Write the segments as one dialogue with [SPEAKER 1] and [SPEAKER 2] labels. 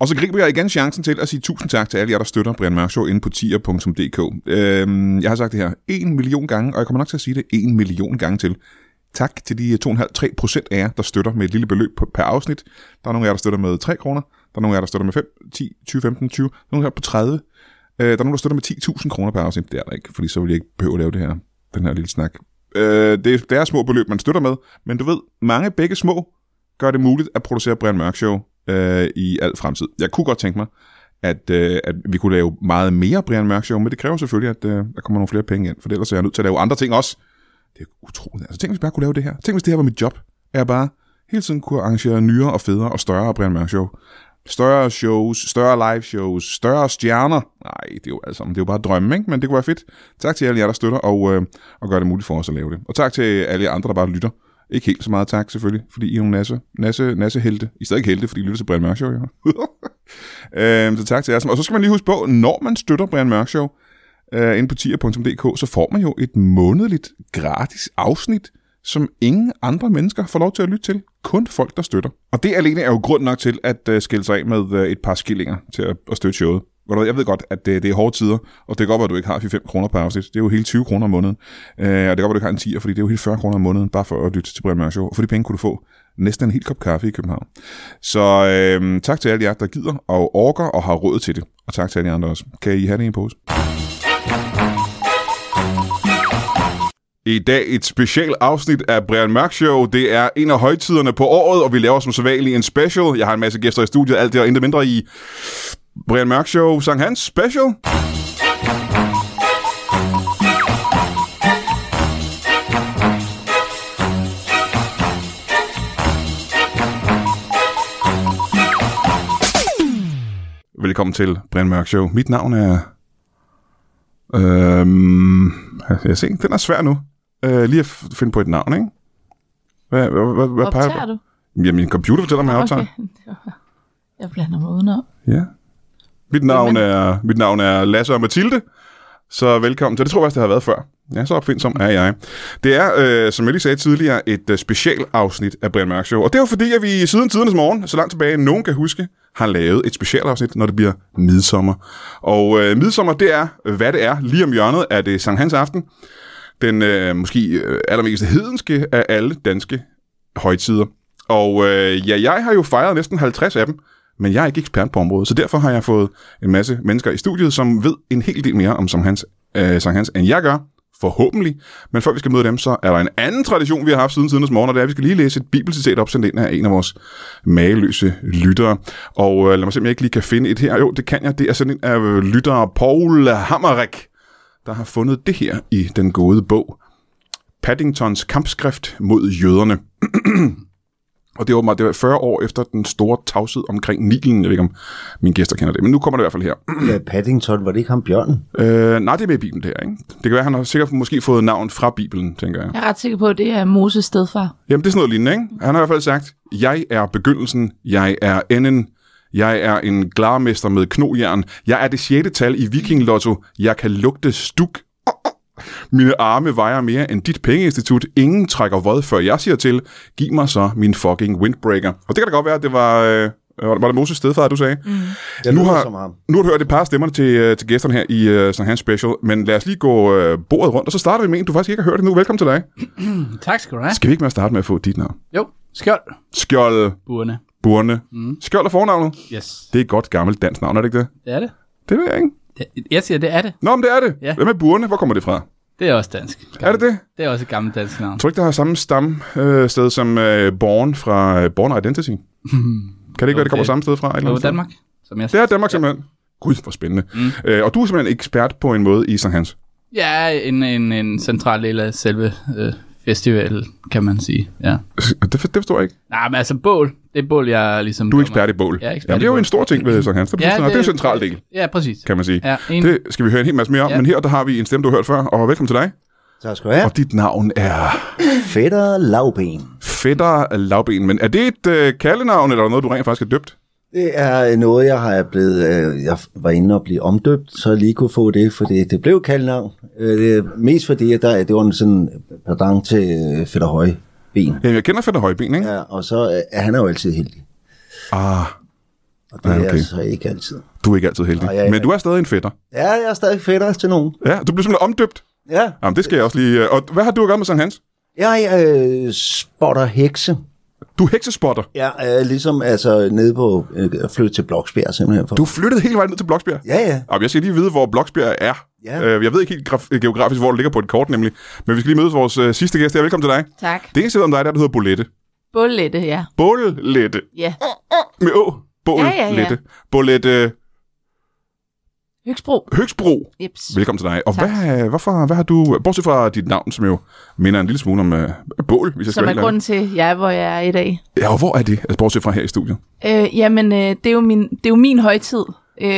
[SPEAKER 1] Og så griber jeg igen chancen til at sige tusind tak til alle jer, der støtter Brian Mørk Show inde på tier.dk. Øhm, jeg har sagt det her en million gange, og jeg kommer nok til at sige det en million gange til. Tak til de øh, 2,5-3 procent af jer, der støtter med et lille beløb på- per afsnit. Der er nogle af jer, der støtter med 3 kroner. Der er nogle af jer, der støtter med 5, 10, 20, 15, 20. Der er nogle af jer på 30. Øh, der er nogen, der støtter med 10.000 kroner per afsnit. Det er der ikke, fordi så vil jeg ikke behøve at lave det her, den her lille snak. Øh, det, er- det er små beløb, man støtter med, men du ved, mange begge små gør det muligt at producere Brian Mørk Show øh, i al fremtid. Jeg kunne godt tænke mig, at, øh, at vi kunne lave meget mere Brian Mørk Show, men det kræver selvfølgelig, at øh, der kommer nogle flere penge ind, for ellers er jeg nødt til at lave andre ting også. Det er utroligt. Altså, tænk, hvis jeg bare kunne lave det her. Tænk, hvis det her var mit job. At jeg bare hele tiden kunne arrangere nyere og federe og større Brian Mørk Show. Større shows, større live shows, større stjerner. Nej, det er jo alt sammen. Det er jo bare drømme, ikke? Men det kunne være fedt. Tak til alle jer, der støtter og, øh, og gør det muligt for os at lave det. Og tak til alle jer andre, der bare lytter. Ikke helt så meget tak, selvfølgelig, fordi I er nogle nasse, nasse, nasse helte. I er stadig helte, fordi I lytter til Brian Mørk Show, jo. øhm, så tak til jer. som- Og så skal man lige huske på, når man støtter Brian Mørk Show, øh, inde på tier.dk, så får man jo et månedligt gratis afsnit, som ingen andre mennesker får lov til at lytte til. Kun folk, der støtter. Og det alene er jo grund nok til at øh, skille sig af med øh, et par skillinger til at, at støtte showet. Ved du hvad, Jeg ved godt, at det, det er hårde tider, og det kan godt være, at du ikke har 5 kroner per afsnit. Det er jo hele 20 kroner om måneden. Øh, og det kan godt være, at du ikke har en 10'er, fordi det er jo hele 40 kroner om måneden, bare for at lytte til Brian Mørk Show. Og for de penge kunne du få næsten en hel kop kaffe i København. Så øh, tak til alle jer, der gider og orker og har råd til det. Og tak til alle jer andre også. Kan I have det i en pose? I dag et special afsnit af Brian Mørk Show. Det er en af højtiderne på året, og vi laver som sædvanligt en special. Jeg har en masse gæster i studiet, alt det og intet mindre i Brian Mørk Show Sankt Hans Special. Velkommen til Brian Mørk Show. Mit navn er... Øhm, jeg ser, den er svær nu. Øh, lige at f- finde på et navn, ikke? Hvad, hvad, hvad, hvad peger
[SPEAKER 2] Optager du? Ah,
[SPEAKER 1] Ja, min computer fortæller mig, at jeg optager.
[SPEAKER 2] Jeg blander mig udenom.
[SPEAKER 1] Ja. Mit navn, er, mit navn er Lasse og Mathilde, så velkommen til. Det tror jeg også, det har været før. Ja, så opfindsom er jeg. Det er, øh, som jeg lige sagde tidligere, et øh, specialafsnit af Brian Mørk Show. Og det er jo fordi, at vi siden tidernes morgen, så langt tilbage nogen kan huske, har lavet et specialafsnit, når det bliver midsommer. Og øh, midsommer, det er, øh, hvad det er. Lige om hjørnet er det Sankt Hans Aften. Den øh, måske øh, allermest hedenske af alle danske højtider. Og øh, ja, jeg har jo fejret næsten 50 af dem, men jeg er ikke ekspert på området, så derfor har jeg fået en masse mennesker i studiet, som ved en hel del mere om Sankt Hans, øh, Sankt Hans end jeg gør, forhåbentlig. Men før vi skal møde dem, så er der en anden tradition, vi har haft siden tidens morgen, og det er, at vi skal lige læse et bibelcitat op, sendt ind af en af vores mageløse lyttere. Og øh, lad mig se, om jeg ikke lige kan finde et her. Jo, det kan jeg. Det er sendt ind af øh, lyttere Paul Hammerik, der har fundet det her i den gode bog. Paddingtons kampskrift mod jøderne. Og det er åbenbart det var 40 år efter den store tavshed omkring Nilen. Jeg ved ikke, om mine gæster kender det, men nu kommer det i hvert fald her.
[SPEAKER 3] Ja, Paddington, var det ikke ham bjørnen?
[SPEAKER 1] Øh, nej, det er med i Bibelen, det her, ikke? Det kan være, han har sikkert måske fået navn fra Bibelen, tænker jeg.
[SPEAKER 2] Jeg er ret sikker på, at det er Moses stedfar.
[SPEAKER 1] Jamen, det er sådan noget lignende, ikke? Han har i hvert fald sagt, jeg er begyndelsen, jeg er enden, jeg er en glarmester med knojern, jeg er det sjette tal i vikinglotto, jeg kan lugte stuk. Mine arme vejer mere end dit pengeinstitut. Ingen trækker vod, før jeg siger til. Giv mig så min fucking windbreaker. Og det kan da godt være, at det var... Øh, var var det Moses stedfar, du sagde? Mm.
[SPEAKER 3] Jeg
[SPEAKER 1] Nu
[SPEAKER 3] lyder
[SPEAKER 1] har-
[SPEAKER 3] som ham.
[SPEAKER 1] Nu har du hørt et par af stemmerne til, øh, til gæsterne her i øh, Sankt Hans Special, men lad os lige gå øh, bordet rundt, og så starter vi med en, du faktisk ikke har hørt endnu. Velkommen til dig.
[SPEAKER 4] Tak skal du have.
[SPEAKER 1] Skal vi ikke med at starte med at få dit navn?
[SPEAKER 4] Jo, skjold.
[SPEAKER 1] Skjold
[SPEAKER 4] Burne.
[SPEAKER 1] Burne. Mm. Skjold er fornavnet.
[SPEAKER 4] Yes.
[SPEAKER 1] Det er et godt gammelt dansk navn, er det ikke det?
[SPEAKER 4] Det er det.
[SPEAKER 1] Det ved jeg ikke.
[SPEAKER 4] Det- Jeg siger, det er det.
[SPEAKER 1] Nå, men det er det.
[SPEAKER 4] Ja.
[SPEAKER 1] Hvad med Burne? Hvor kommer det fra?
[SPEAKER 4] Det er også dansk.
[SPEAKER 1] Er det det?
[SPEAKER 4] Det er også et gammelt dansk navn.
[SPEAKER 1] Jeg tror ikke, det har samme stam øh, sted som øh, Born fra øh, Born Identity. kan det ikke være, det kommer
[SPEAKER 4] Okay.
[SPEAKER 1] samme sted fra? et eller
[SPEAKER 4] Det
[SPEAKER 1] andet
[SPEAKER 4] var
[SPEAKER 1] sted?
[SPEAKER 4] Danmark, som jeg
[SPEAKER 1] Det er Danmark simpelthen. Gud, hvor spændende. Mm. Øh, og du er simpelthen ekspert på en måde i Sankt Hans.
[SPEAKER 4] Ja, en, en, en central del af selve øh, festivalen, kan man sige. Ja.
[SPEAKER 1] Det, for- det forstår jeg ikke.
[SPEAKER 4] Nej, men altså bål, det er bål, jeg ligesom...
[SPEAKER 1] Du er
[SPEAKER 4] kommer-
[SPEAKER 1] ekspert i bål.
[SPEAKER 4] Jeg er ekspert
[SPEAKER 1] Jamen, det
[SPEAKER 4] i
[SPEAKER 1] er jo
[SPEAKER 4] bål.
[SPEAKER 1] en stor ting ved Sankt Hans. Det, ja, det, det er jo en central del,
[SPEAKER 4] Ja, præcis.
[SPEAKER 1] kan man sige.
[SPEAKER 4] Ja, en, det...
[SPEAKER 1] Det skal vi høre en hel masse mere om,
[SPEAKER 4] Ja.
[SPEAKER 1] men her der har vi en stemme, du har hørt før, og velkommen til dig.
[SPEAKER 3] Tak skal du have.
[SPEAKER 1] Og dit navn er...
[SPEAKER 3] Fætter lavben.
[SPEAKER 1] Fætter Lavben. Men er det et øh, kaldenavn, eller er der noget, du rent faktisk er døbt?
[SPEAKER 3] Det er noget, jeg har blevet, øh, jeg var inde og blive omdøbt, så jeg lige kunne få det, for det, det blev kaldnavn. Øh, det er mest fordi, at der, det var en sådan pardon til øh, Fætter Højben.
[SPEAKER 1] Jamen, jeg kender Fætter Højben, ikke? Ja.
[SPEAKER 3] Ja, og så øh, han er jo altid heldig.
[SPEAKER 1] Ah,
[SPEAKER 3] Og det
[SPEAKER 1] Ja,
[SPEAKER 3] ja, okay.
[SPEAKER 1] okay.
[SPEAKER 3] er altså ikke altid.
[SPEAKER 1] Du er ikke altid heldig.
[SPEAKER 3] Nå, ja, ja.
[SPEAKER 1] Men du er stadig en fætter.
[SPEAKER 3] Ja, jeg er stadig fætter til nogen.
[SPEAKER 1] Ja, du blev simpelthen omdøbt.
[SPEAKER 3] Ja,
[SPEAKER 1] Jamen, det skal jeg også lige... øh, Og hvad har du at gøre med Sankt Hans?
[SPEAKER 3] jeg øh, spotter hekse.
[SPEAKER 1] Du er heksespotter.
[SPEAKER 3] Ja, øh, ligesom altså nede på øh, at flytte til Bloksbjerg simpelthen. For.
[SPEAKER 1] Du er flyttet hele vejen ned til Bloksbjerg.
[SPEAKER 3] Ja, ja.
[SPEAKER 1] Jamen, jeg skal lige vide, hvor Bloksbjerg er.
[SPEAKER 3] Ja.
[SPEAKER 1] Øh, jeg ved ikke helt graf- geografisk, hvor det ligger på et kort, nemlig. Men vi skal lige møde vores øh, sidste gæst her. Velkommen til dig.
[SPEAKER 2] Tak.
[SPEAKER 1] Det eneste, jeg ved om dig, er, at du hedder Bolette.
[SPEAKER 2] Bullette, ja.
[SPEAKER 1] Bollette.
[SPEAKER 2] Ja.
[SPEAKER 1] Med å. Bollette.
[SPEAKER 2] Ja, ja, ja.
[SPEAKER 1] Bollette
[SPEAKER 2] Høgsbro.
[SPEAKER 1] Høgsbro.
[SPEAKER 2] Jeps.
[SPEAKER 1] Velkommen til dig. Og
[SPEAKER 2] Tak.
[SPEAKER 1] hvad, øh, hvorfor, hvad har du, bortset fra dit navn, som jo minder en lille smule om øh, bål, hvis jeg skal
[SPEAKER 2] Som
[SPEAKER 1] være
[SPEAKER 2] er
[SPEAKER 1] helt ærlig.
[SPEAKER 2] grunden til, at jeg er, hvor jeg er i dag.
[SPEAKER 1] Ja, og hvor er det, altså bortset fra her i studiet?
[SPEAKER 2] Øh, jamen, øh, det, er jo min, det er jo min højtid, øh,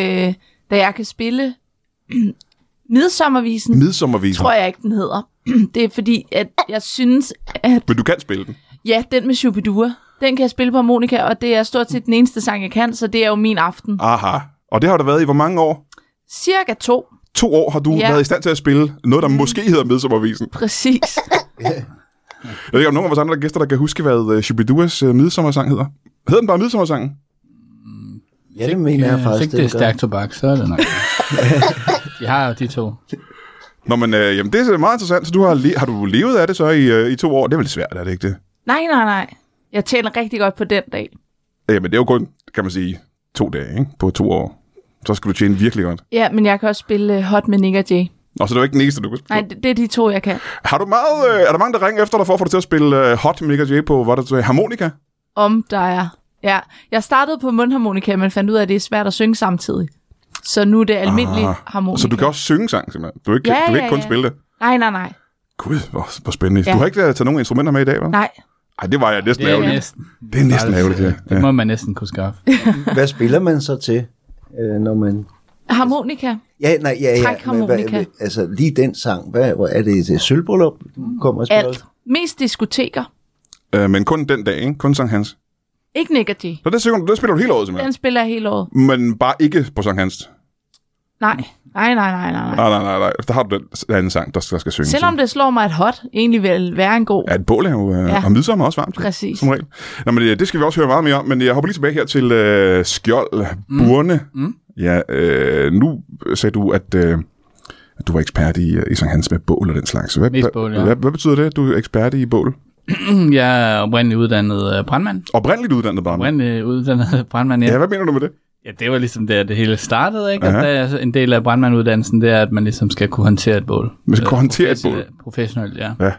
[SPEAKER 2] da jeg kan spille Midsommervisen,
[SPEAKER 1] Midsommervisen.
[SPEAKER 2] tror jeg ikke, den hedder. det er fordi, at jeg synes, at
[SPEAKER 1] Men du kan spille den.
[SPEAKER 2] ja, den med Shubidua, den kan jeg spille på harmonika, og det er stort set den eneste sang, jeg kan, så det er jo min aften.
[SPEAKER 1] Aha. Og det har du været i hvor mange år?
[SPEAKER 2] Cirka to,
[SPEAKER 1] To år har du ja.
[SPEAKER 2] Ja. Mm.
[SPEAKER 1] været i stand til at spille noget, der måske hedder Midsommervisen.
[SPEAKER 2] præcis.
[SPEAKER 1] Jeg ved ikke, om nogen af vores andre gæster, der kan huske, hvad uh, Shubiduas uh, midsommersang hedder. Hedder den bare midsommersang?
[SPEAKER 3] Ja, det mener jeg
[SPEAKER 4] Hvis
[SPEAKER 3] faktisk.
[SPEAKER 4] ikke det er
[SPEAKER 3] den gør.
[SPEAKER 4] stærk tobak, så er det nok. de har jo de to.
[SPEAKER 1] Nå, men øh, jamen, det er meget interessant. Så du har, le- har du levet af det så i, øh, i to år? Det er vel svært, er det ikke det?
[SPEAKER 2] nej, nej, nej. Jeg tjener rigtig godt på den dag.
[SPEAKER 1] Øh, men det er jo kun, kan man sige, to dage ikke? på to år. Så skal du tjene virkelig godt.
[SPEAKER 2] Ja, men jeg kan også spille øh, Hot med Nick og Jay.
[SPEAKER 1] Og så er det jo ikke den eneste, du kan spille.
[SPEAKER 2] Nej, det, det er de to, jeg kan.
[SPEAKER 1] Har du meget, øh, er der mange, der ringer efter dig for at få dig til at spille øh, Hot Mega J på, hvad der sagde, harmonika?
[SPEAKER 2] Om der er. Ja, jeg startede på mundharmonika, men fandt ud af, at det er svært at synge samtidig. Så nu er det almindelig ah, harmonika.
[SPEAKER 1] Så du kan også synge sang, simpelthen. Du, er ikke,
[SPEAKER 2] Ja,
[SPEAKER 1] du kan
[SPEAKER 2] ja,
[SPEAKER 1] ikke kun
[SPEAKER 2] ja.
[SPEAKER 1] spille det.
[SPEAKER 2] Nej, nej, nej.
[SPEAKER 1] Gud, hvor, hvor spændende. Ja.
[SPEAKER 2] Ja.
[SPEAKER 1] Du har ikke øh, taget nogen instrumenter med i dag, vel?
[SPEAKER 2] Nej,
[SPEAKER 1] Nej, det var jeg næsten
[SPEAKER 4] Det er
[SPEAKER 1] ærgerligt.
[SPEAKER 4] næsten,
[SPEAKER 1] Det er næsten ærgerligt, ja.
[SPEAKER 4] Det
[SPEAKER 1] ja.
[SPEAKER 4] må man næsten kunne skaffe.
[SPEAKER 3] Hvad spiller man så til, øh, når man...
[SPEAKER 2] harmonika.
[SPEAKER 3] Ja, nej, ja, ja.
[SPEAKER 2] Træk
[SPEAKER 3] men
[SPEAKER 2] harmonika.
[SPEAKER 3] altså, lige den sang, hvad, hvor er det til sølvbrøllup, du kommer og spiller?
[SPEAKER 2] Mm. Alt. Mest diskoteker.
[SPEAKER 1] Øh, men kun den dag, ikke? Kun Sankt Hans.
[SPEAKER 2] Ikke Nick og Jay.
[SPEAKER 1] Så det, synger, du- det spiller du hele året, simpelthen.
[SPEAKER 2] Den spiller jeg hele året.
[SPEAKER 1] Men bare ikke på Sankt Hans.
[SPEAKER 2] Nej, nej, nej, nej, nej. nej.
[SPEAKER 1] Nej, nej, nej, nej. Der har du den anden sang, der skal, der skal synge.
[SPEAKER 2] Selvom det slår mig, at hot egentlig vil være en god...
[SPEAKER 1] Ja, et bål er jo, øh, ja.
[SPEAKER 2] Ja.
[SPEAKER 1] og midsommer er også varmt. jo,
[SPEAKER 2] Præcis.
[SPEAKER 1] Som regel. Nå, men øh, det, det skal vi også høre meget mere om, men jeg hopper lige tilbage her til øh, Skjold mm. Burne.
[SPEAKER 4] Mm.
[SPEAKER 1] Ja, øh, nu sagde du, at, øh, at du var ekspert i, øh, i Sankt Hans med bål og den slags. Hvad,
[SPEAKER 4] Mest bål, ja.
[SPEAKER 1] hvad, hvad betyder det, at du er ekspert i bål?
[SPEAKER 4] Jeg er oprindeligt uddannet øh, brandmand.
[SPEAKER 1] Oprindeligt uddannet bare.
[SPEAKER 4] Oprindeligt uddannet brandmand, ja.
[SPEAKER 1] Ja, hvad mener du med det?
[SPEAKER 4] Ja, det var ligesom der, det hele startede, ikke? Og
[SPEAKER 1] Aha.
[SPEAKER 4] der er så en del af brandmanduddannelsen, det er, at man ligesom skal kunne håndtere et bål.
[SPEAKER 1] Man skal
[SPEAKER 4] Øh,
[SPEAKER 1] kunne håndtere et bål?
[SPEAKER 4] professionelt- Professionelt, ja.
[SPEAKER 1] Ja.
[SPEAKER 4] ja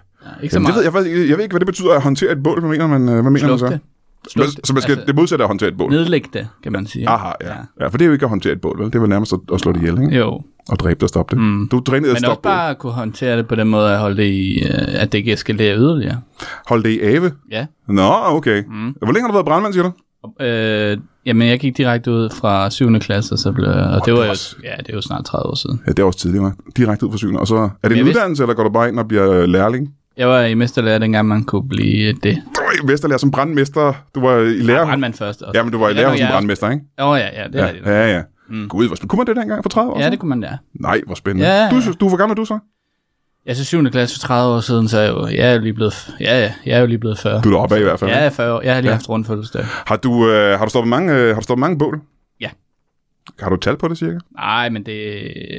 [SPEAKER 1] Jamen,
[SPEAKER 4] ikke så
[SPEAKER 1] det
[SPEAKER 4] meget.
[SPEAKER 1] ved jeg, faktisk ikke. jeg ved ikke, hvad det betyder at håndtere et bål. Hvad mener man, øh, hvad mener man
[SPEAKER 4] Slukke
[SPEAKER 1] så?
[SPEAKER 4] det.
[SPEAKER 1] Så man,
[SPEAKER 4] Slukke det.
[SPEAKER 1] så man skal altså,
[SPEAKER 4] Altså,
[SPEAKER 1] det modsatte er at håndtere et bål?
[SPEAKER 4] nedlægge det, kan man sige. ikke?
[SPEAKER 1] Aha, ja. ja. For det er jo ikke at håndtere et bål, vel? Det var nærmest at, at slå det ihjel, ikke?
[SPEAKER 4] Jo,
[SPEAKER 1] Og dræbe det og stoppe det.
[SPEAKER 4] Mm.
[SPEAKER 1] Du trænede at
[SPEAKER 4] men også
[SPEAKER 1] stoppe bare...
[SPEAKER 4] bare at kunne håndtere det på den måde, at holde det i, øh, at det ikke eskalerer yderligere.
[SPEAKER 1] Hold det i ave.
[SPEAKER 4] Ja.
[SPEAKER 1] Nå, okay. Mm. Hvor længe har du været brandmand, siger du?
[SPEAKER 4] Og, Øh, jamen, jeg gik direkte ud fra 7. klasse, og, så blev, og det var jo, ja, det er jo snart 30 år siden.
[SPEAKER 1] Ja, det er også tidligere, hva'? Direkte ud fra syvende. Og så er det en
[SPEAKER 4] jeg vidste-
[SPEAKER 1] uddannelse, eller går du bare ind og bliver øh, lærling?
[SPEAKER 4] Jeg var i mesterlærer, dengang man kunne blive det. Ah,
[SPEAKER 1] Du var i Vesterlærer som brandmester. Du var i lærer...
[SPEAKER 4] Brandmand først. og-
[SPEAKER 1] Ja, men du var i
[SPEAKER 4] Ja,
[SPEAKER 1] lærer
[SPEAKER 4] nu,
[SPEAKER 1] som
[SPEAKER 4] jeg-
[SPEAKER 1] brandmester, ikke?
[SPEAKER 4] Åh, oh, ja, ja, det er
[SPEAKER 1] Ja,
[SPEAKER 4] rigtigt. Mm.
[SPEAKER 1] ja, ja. Gud, hvor spændende. Kunne man det dengang for 30 år
[SPEAKER 4] Ja,
[SPEAKER 1] siden?
[SPEAKER 4] det kunne man lære.
[SPEAKER 1] Nej, hvor spændende.
[SPEAKER 4] Ja, ja, ja.
[SPEAKER 1] Du, du, hvor gammel er du så?
[SPEAKER 4] Jeg synes 7. klasse for 30 år siden, så er jeg jo, jeg er jo lige blevet, ja, ja, jeg er jo lige blevet 40.
[SPEAKER 1] Du er deroppe af i hvert fald.
[SPEAKER 4] Ja,
[SPEAKER 1] ikke?
[SPEAKER 4] jeg er 40 år. Jeg har lige ja. haft rundt fødselsdag.
[SPEAKER 1] Har du, øh, har du stoppet mange, øh, har du stoppet mange bål?
[SPEAKER 4] Ja.
[SPEAKER 1] Har du tal på det cirka?
[SPEAKER 4] Nej, men det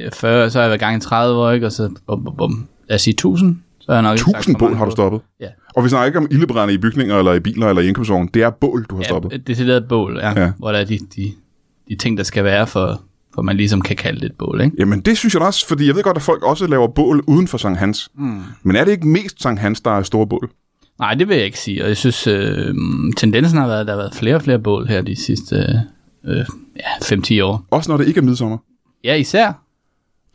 [SPEAKER 4] er 40, så har jeg været gang i 30 år, ikke? Og så, bum, bum, bum. Lad os sige 1000. Så har jeg nok ikke sagt
[SPEAKER 1] 1000
[SPEAKER 4] for
[SPEAKER 1] bål
[SPEAKER 4] mange
[SPEAKER 1] har du stoppet.
[SPEAKER 4] Ja.
[SPEAKER 1] Og vi snakker ikke om ildebrænde i bygninger, eller i biler, eller i indkøbsvogn. Det er bål, du har stoppet.
[SPEAKER 4] Ja, det er et bål, ja,
[SPEAKER 1] Ja.
[SPEAKER 4] ja. Hvor der er de, de, de ting, der skal være for, for man ligesom kan kalde det et bål, ikke?
[SPEAKER 1] Jamen det synes jeg da også, fordi jeg ved godt, at folk også laver bål uden for Sankt Hans. Mm. Men er det ikke mest Sankt Hans, der er store bål?
[SPEAKER 4] Nej, det vil jeg ikke sige. Og jeg synes, øh, tendensen har været, at der har været flere og flere bål her de sidste øh, øh, ja, 5-10 år.
[SPEAKER 1] Også når det ikke er midsommer.
[SPEAKER 4] Ja, især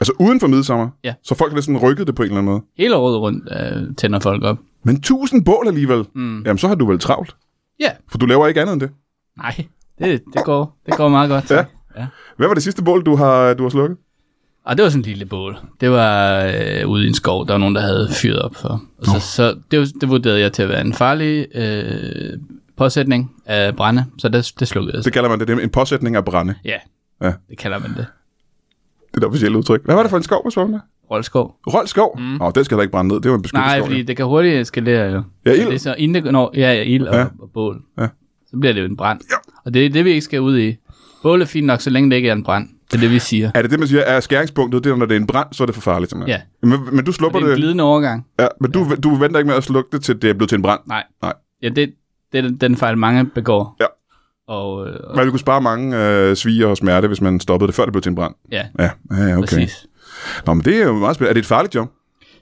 [SPEAKER 1] Altså uden for midsommer.
[SPEAKER 4] Ja.
[SPEAKER 1] Så folk har sådan rykket det på en eller anden måde.
[SPEAKER 4] hele året rundt øh, tænder folk op.
[SPEAKER 1] Men 1000 bål alligevel. Mm. Jamen så har du vel travlt.
[SPEAKER 4] Ja,
[SPEAKER 1] For du laver ikke andet end det.
[SPEAKER 4] nej, det, det, går, det går meget godt.
[SPEAKER 1] Ja.
[SPEAKER 4] ja.
[SPEAKER 1] Hvad var det sidste bål, du har, du har slukket?
[SPEAKER 4] Og det var sådan en lille bål. Det var øh, ude i en skov, der var nogen, der havde fyret op for. Og så, så det, var- det vurderede jeg til at være en farlig øh, påsætning af brænde, så det, det slukkede jeg.
[SPEAKER 1] Det kalder man det, det er en påsætning af brænde.
[SPEAKER 4] Ja,
[SPEAKER 1] Ja.
[SPEAKER 4] det kalder man det.
[SPEAKER 1] Det er det officielle udtryk. Hvad var det for en skov, hvis der?
[SPEAKER 4] Rollskov.
[SPEAKER 1] Rold skov? Mm. Oh, den skal da ikke brænde ned. Det var en beskyttet
[SPEAKER 4] Nej,
[SPEAKER 1] skov.
[SPEAKER 4] fordi det kan hurtigt eskalere jo.
[SPEAKER 1] Ja,
[SPEAKER 4] Så
[SPEAKER 1] ild.
[SPEAKER 4] Det er så, inden det, når, ja, ja, ild og,
[SPEAKER 1] Ja.
[SPEAKER 4] og bål.
[SPEAKER 1] Ja.
[SPEAKER 4] Så bliver det jo en brand.
[SPEAKER 1] Ja.
[SPEAKER 4] Og det er det, vi ikke skal ud i. Bål er fint nok, så længe det ikke er en brand. Det er det, vi siger.
[SPEAKER 1] Er det det, man siger, er skæringspunktet, det er, når det er en brand, så er det for farligt, simpelthen?
[SPEAKER 4] Ja.
[SPEAKER 1] Men, men du slupper
[SPEAKER 4] Det er en
[SPEAKER 1] det,
[SPEAKER 4] glidende overgang.
[SPEAKER 1] ja, men du, du venter ikke med at slukke det, til det er blevet til en brand.
[SPEAKER 4] Nej.
[SPEAKER 1] Nej.
[SPEAKER 4] Ja, det, det er den fejl, mange begår.
[SPEAKER 1] Ja.
[SPEAKER 4] Og, øh, og
[SPEAKER 1] Man ville kunne spare mange øh, sviger og smerte, hvis man stoppede det, før det blev til en brand.
[SPEAKER 4] ja, okay.
[SPEAKER 1] Ja, ja ja, okay.
[SPEAKER 4] præcis.
[SPEAKER 1] Nå, men det er jo meget spændende. Er det et farligt job?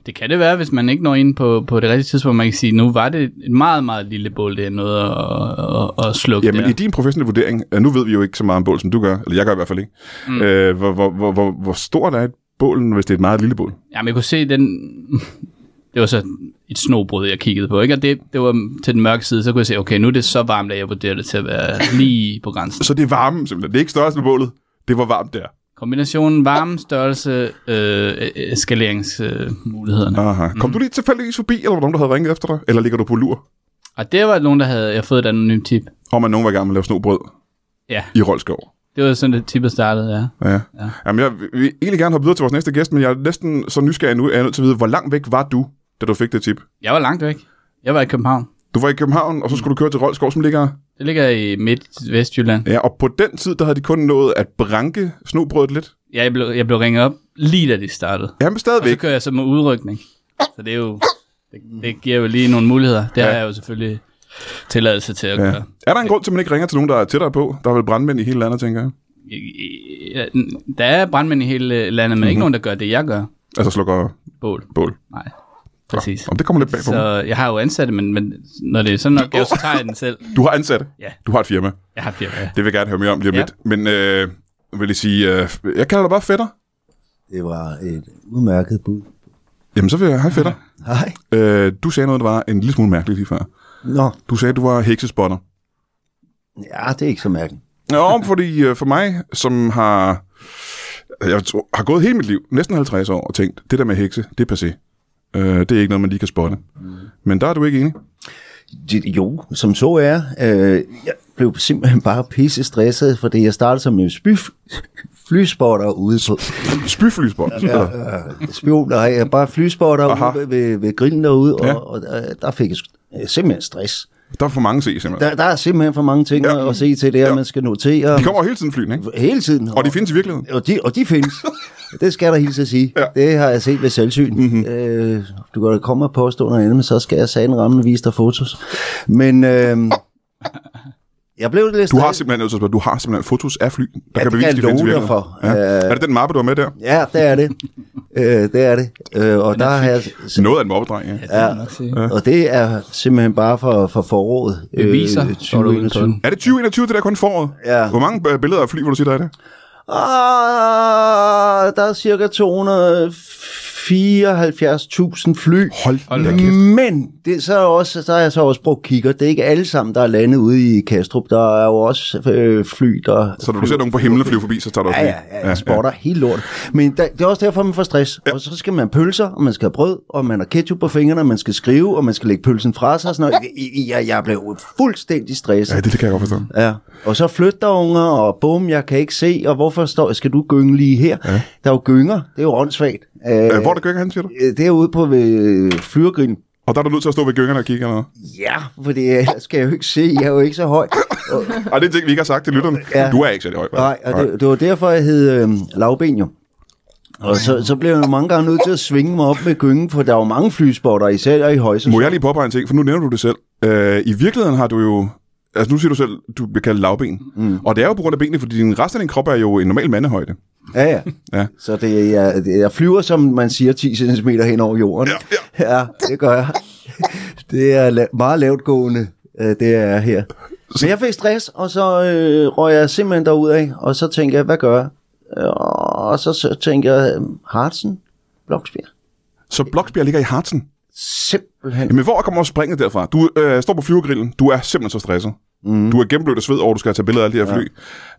[SPEAKER 4] Det kan det være, hvis man ikke når ind på, på det rigtige tidspunkt. Man kan sige, nu var det et meget, meget lille bål, det er noget at, at, at slukke
[SPEAKER 1] Jamen,
[SPEAKER 4] der.
[SPEAKER 1] i din professionelle vurdering, øh, nu ved vi jo ikke så meget om bål, som du gør, eller jeg gør i hvert fald ikke, mm. øh, hvor, hvor, hvor, hvor, hvor stort er et bål, hvis det er et meget lille bål?
[SPEAKER 4] Jamen, jeg kunne se den... Det var så et snobrud, jeg kiggede på, ikke? Og det, det var til den mørke side, så kunne jeg se, okay, nu er det så varmt, at jeg vurderer det til at være lige på grænsen.
[SPEAKER 1] Så det er varmen, simpelthen. Det er ikke størrelsen på bålet. Det var varmt der.
[SPEAKER 4] Kombinationen varme, størrelse, øh, eskaleringsmulighederne. Øh,
[SPEAKER 1] Aha. Kom mm-hmm. du lige tilfældigvis forbi, eller var der nogen, der havde ringet efter dig? Eller ligger du på lur?
[SPEAKER 4] og det var nogen, der havde jeg havde fået et anonymt tip.
[SPEAKER 1] Om at nogen var i gang med at lave snobrød
[SPEAKER 4] Ja,
[SPEAKER 1] i Rolskov.
[SPEAKER 4] det var sådan, det tippet startede, ja.
[SPEAKER 1] Ja. ja. Jamen, jeg vil egentlig gerne hoppe videre til vores næste gæst, men jeg er næsten så nysgerrig nu, at jeg er nødt til at vide, hvor langt væk var du, da du fik det tip?
[SPEAKER 4] Jeg var langt væk. Jeg var i København.
[SPEAKER 1] Du var i København, og så skulle du køre til Rolskov, som ligger...
[SPEAKER 4] Det ligger i midt-vestjylland.
[SPEAKER 1] Ja, og på den tid, der havde de kun nået at branke snobrødet lidt.
[SPEAKER 4] Ja, jeg blev, jeg blev ringet op lige da det startede.
[SPEAKER 1] Jamen
[SPEAKER 4] Og så
[SPEAKER 1] stadigvæk.
[SPEAKER 4] kører jeg så med udrykning. Så det er jo... Det, det giver jo lige nogle muligheder. Det har jeg jo selvfølgelig tilladelse til at
[SPEAKER 1] Ja.
[SPEAKER 4] gøre.
[SPEAKER 1] Er der en grund til, at man ikke ringer til nogen, der er tættere på? Der er vel brandmænd i hele landet, tænker jeg.
[SPEAKER 4] Ja. Der er brandmænd i hele landet, men
[SPEAKER 1] Mhm.
[SPEAKER 4] mm-hmm. ikke nogen, der gør det, jeg gør.
[SPEAKER 1] Altså slukker
[SPEAKER 4] Bål.
[SPEAKER 1] bål.
[SPEAKER 4] Nej, præcis.
[SPEAKER 1] Om det kommer lidt bag på
[SPEAKER 4] Så
[SPEAKER 1] mig.
[SPEAKER 4] jeg har jo ansatte, men, men når det er sådan en opgave, så tager jeg den selv.
[SPEAKER 1] Du har ansat.
[SPEAKER 4] Ja.
[SPEAKER 1] Du har et firma.
[SPEAKER 4] Jeg har firma.
[SPEAKER 1] Det vil jeg gerne høre mere om lige om
[SPEAKER 4] Ja.
[SPEAKER 1] lidt. Men øh, vil jeg sige, øh, jeg kalder dig bare fætter.
[SPEAKER 3] Det var et udmærket bud.
[SPEAKER 1] Jamen så vil jeg, hej fætter.
[SPEAKER 3] Hej.
[SPEAKER 1] Øh, du sagde noget, der var en lille smule mærkeligt lige før.
[SPEAKER 3] Nå,
[SPEAKER 1] Du sagde, du var heksespotter.
[SPEAKER 3] ja, det er ikke så mærkeligt.
[SPEAKER 1] Nå, fordi øh, for mig, som har, jeg tror, har gået hele mit liv, næsten 50 år, og tænkt, det der med hekse, det er passé. Øh, det er ikke noget, man lige kan spotte.
[SPEAKER 3] Mm.
[SPEAKER 1] Men der er du ikke enig.
[SPEAKER 3] Det- Jo, som så er. Øh, jeg blev simpelthen bare pisse stresset, fordi jeg startede som en spyf flysporter ude på...
[SPEAKER 1] Spyflysport.
[SPEAKER 3] Ja,
[SPEAKER 1] Ja.
[SPEAKER 3] øh, spion, nej, jeg er bare flysporter
[SPEAKER 1] Aha.
[SPEAKER 3] ude ved- ved, ved grillen derude, og,
[SPEAKER 1] Ja.
[SPEAKER 3] ja. og, øh, der fik jeg sk- øh, simpelthen stress.
[SPEAKER 1] Der er for mange se, simpelthen.
[SPEAKER 3] Der, der er simpelthen for mange ting
[SPEAKER 1] Ja.
[SPEAKER 3] ja. at se til det,
[SPEAKER 1] Ja.
[SPEAKER 3] ja. man skal notere.
[SPEAKER 1] De kommer jo hele tiden flyene, ikke?
[SPEAKER 3] Hele tiden.
[SPEAKER 1] Og de findes i virkeligheden.
[SPEAKER 3] Og de, og de findes. Det skal jeg da hilse at sige.
[SPEAKER 1] Ja. Mhm.
[SPEAKER 3] Ja. Det har jeg set ved selvsyn. Mm-hmm. Øh, du kan da komme og påstå noget andet, men så skal jeg sagen ramme og vise dig fotos. Men øh, jeg blev lidt
[SPEAKER 1] Du har
[SPEAKER 3] stresset.
[SPEAKER 1] simpelthen, nødt til at spørge, du har simpelthen fotos af fly, der
[SPEAKER 3] Ja,
[SPEAKER 1] kan
[SPEAKER 3] det
[SPEAKER 1] bevise,
[SPEAKER 3] kan
[SPEAKER 1] de
[SPEAKER 3] jeg
[SPEAKER 1] findes i
[SPEAKER 3] love dig
[SPEAKER 1] virkeligheden.
[SPEAKER 3] for.
[SPEAKER 1] Ja.
[SPEAKER 3] Øh,
[SPEAKER 1] Er det den mappe, du har med der?
[SPEAKER 3] Ja, det er det. øh, det er det. Øh, og der har jeg...
[SPEAKER 1] Noget af en mobbedreng, ja.
[SPEAKER 4] Ja, det må man nok sige.
[SPEAKER 3] Og det er simpelthen bare for, for foråret. øh,
[SPEAKER 4] Beviser, står du ude på.
[SPEAKER 3] 2021.
[SPEAKER 1] Er det 2021, det der kun foråret?
[SPEAKER 3] Ja.
[SPEAKER 1] Hvor mange øh, billeder af fly, hvor du sige, der er det?
[SPEAKER 3] Ah, der er cirka 274.000 fly.
[SPEAKER 1] Hold, Hold da kæft.
[SPEAKER 3] Men det, så, er også, så har jeg så også brugt kigger. Det er ikke alle sammen, der er landet ude i Kastrup. Der er jo også øh, fly, der...
[SPEAKER 1] Så når du ser nogen på himlen flyve forbi, så tager du også
[SPEAKER 3] Ja,
[SPEAKER 1] lige.
[SPEAKER 3] ja, ja, jeg spotter ja, helt lort. Men der, det er også derfor, man får stress. Ja. Og så skal man have pølser, og man skal have brød, og man har ketchup på fingrene, og man skal skrive, og man skal lægge pølsen fra sig. Og sådan noget. Jeg, jeg, jeg blev fuldstændig
[SPEAKER 1] ja.
[SPEAKER 3] stresset.
[SPEAKER 1] det, det kan jeg godt forstå.
[SPEAKER 3] Ja, og så flytter unger, og bum, jeg kan ikke se, og hvorfor står, skal du gynge lige her? Ja. Der er jo gynger, det er jo åndssvagt. Øh,
[SPEAKER 1] Øh, hvor er det gynger hen, siger du?
[SPEAKER 3] øh, Det er ude på ved øh, flyvergrillen.
[SPEAKER 1] Og der er du nødt til at stå ved gyngerne og kigge eller noget.
[SPEAKER 3] Ja, for det ellers skal jeg jo ikke se, jeg er jo ikke så høj. Og,
[SPEAKER 1] Ej, det er en ting, vi ikke har sagt til lytterne.
[SPEAKER 3] Ja.
[SPEAKER 1] Du er ikke særlig høj. vel?
[SPEAKER 3] nej, og det, det var derfor, jeg hed øh, lavben jo. Og så, så blev jeg jo mange gange nødt til at svinge mig op med gyngen, for der var mange flysporter, især i højsæson.
[SPEAKER 1] Må jeg lige påpege en ting, for nu nævner du det selv. Øh, I virkeligheden har du jo... Altså nu siger du selv, du bliver kaldt lavben. Mm. Og det er jo på grund af benene, fordi din resten af din krop er jo en normal mandehøjde.
[SPEAKER 3] Ja, ja.
[SPEAKER 1] Ja.
[SPEAKER 3] Så det, jeg, det- jeg flyver, som man siger, 10 cm hen over jorden.
[SPEAKER 1] Ja,
[SPEAKER 3] ja. ja det gør jeg. Det er la- meget lavtgående, øh, det er her. Men jeg fik stress, og så øh, røg jeg simpelthen derudad, og så tænkte jeg, hvad gør jeg? Øh, Og så, så tænkte jeg, øh, Hartsen, Bloksbjerg.
[SPEAKER 1] Så Bloksbjerg ligger i Hartsen.
[SPEAKER 3] Simpelthen.
[SPEAKER 1] Jamen, hvor kommer springet derfra? Du øh, står på flyvergrillen, du er simpelthen så stresset. Mm. Du er gennemblødt af sved over, at du skal tage billeder af alle de her fly.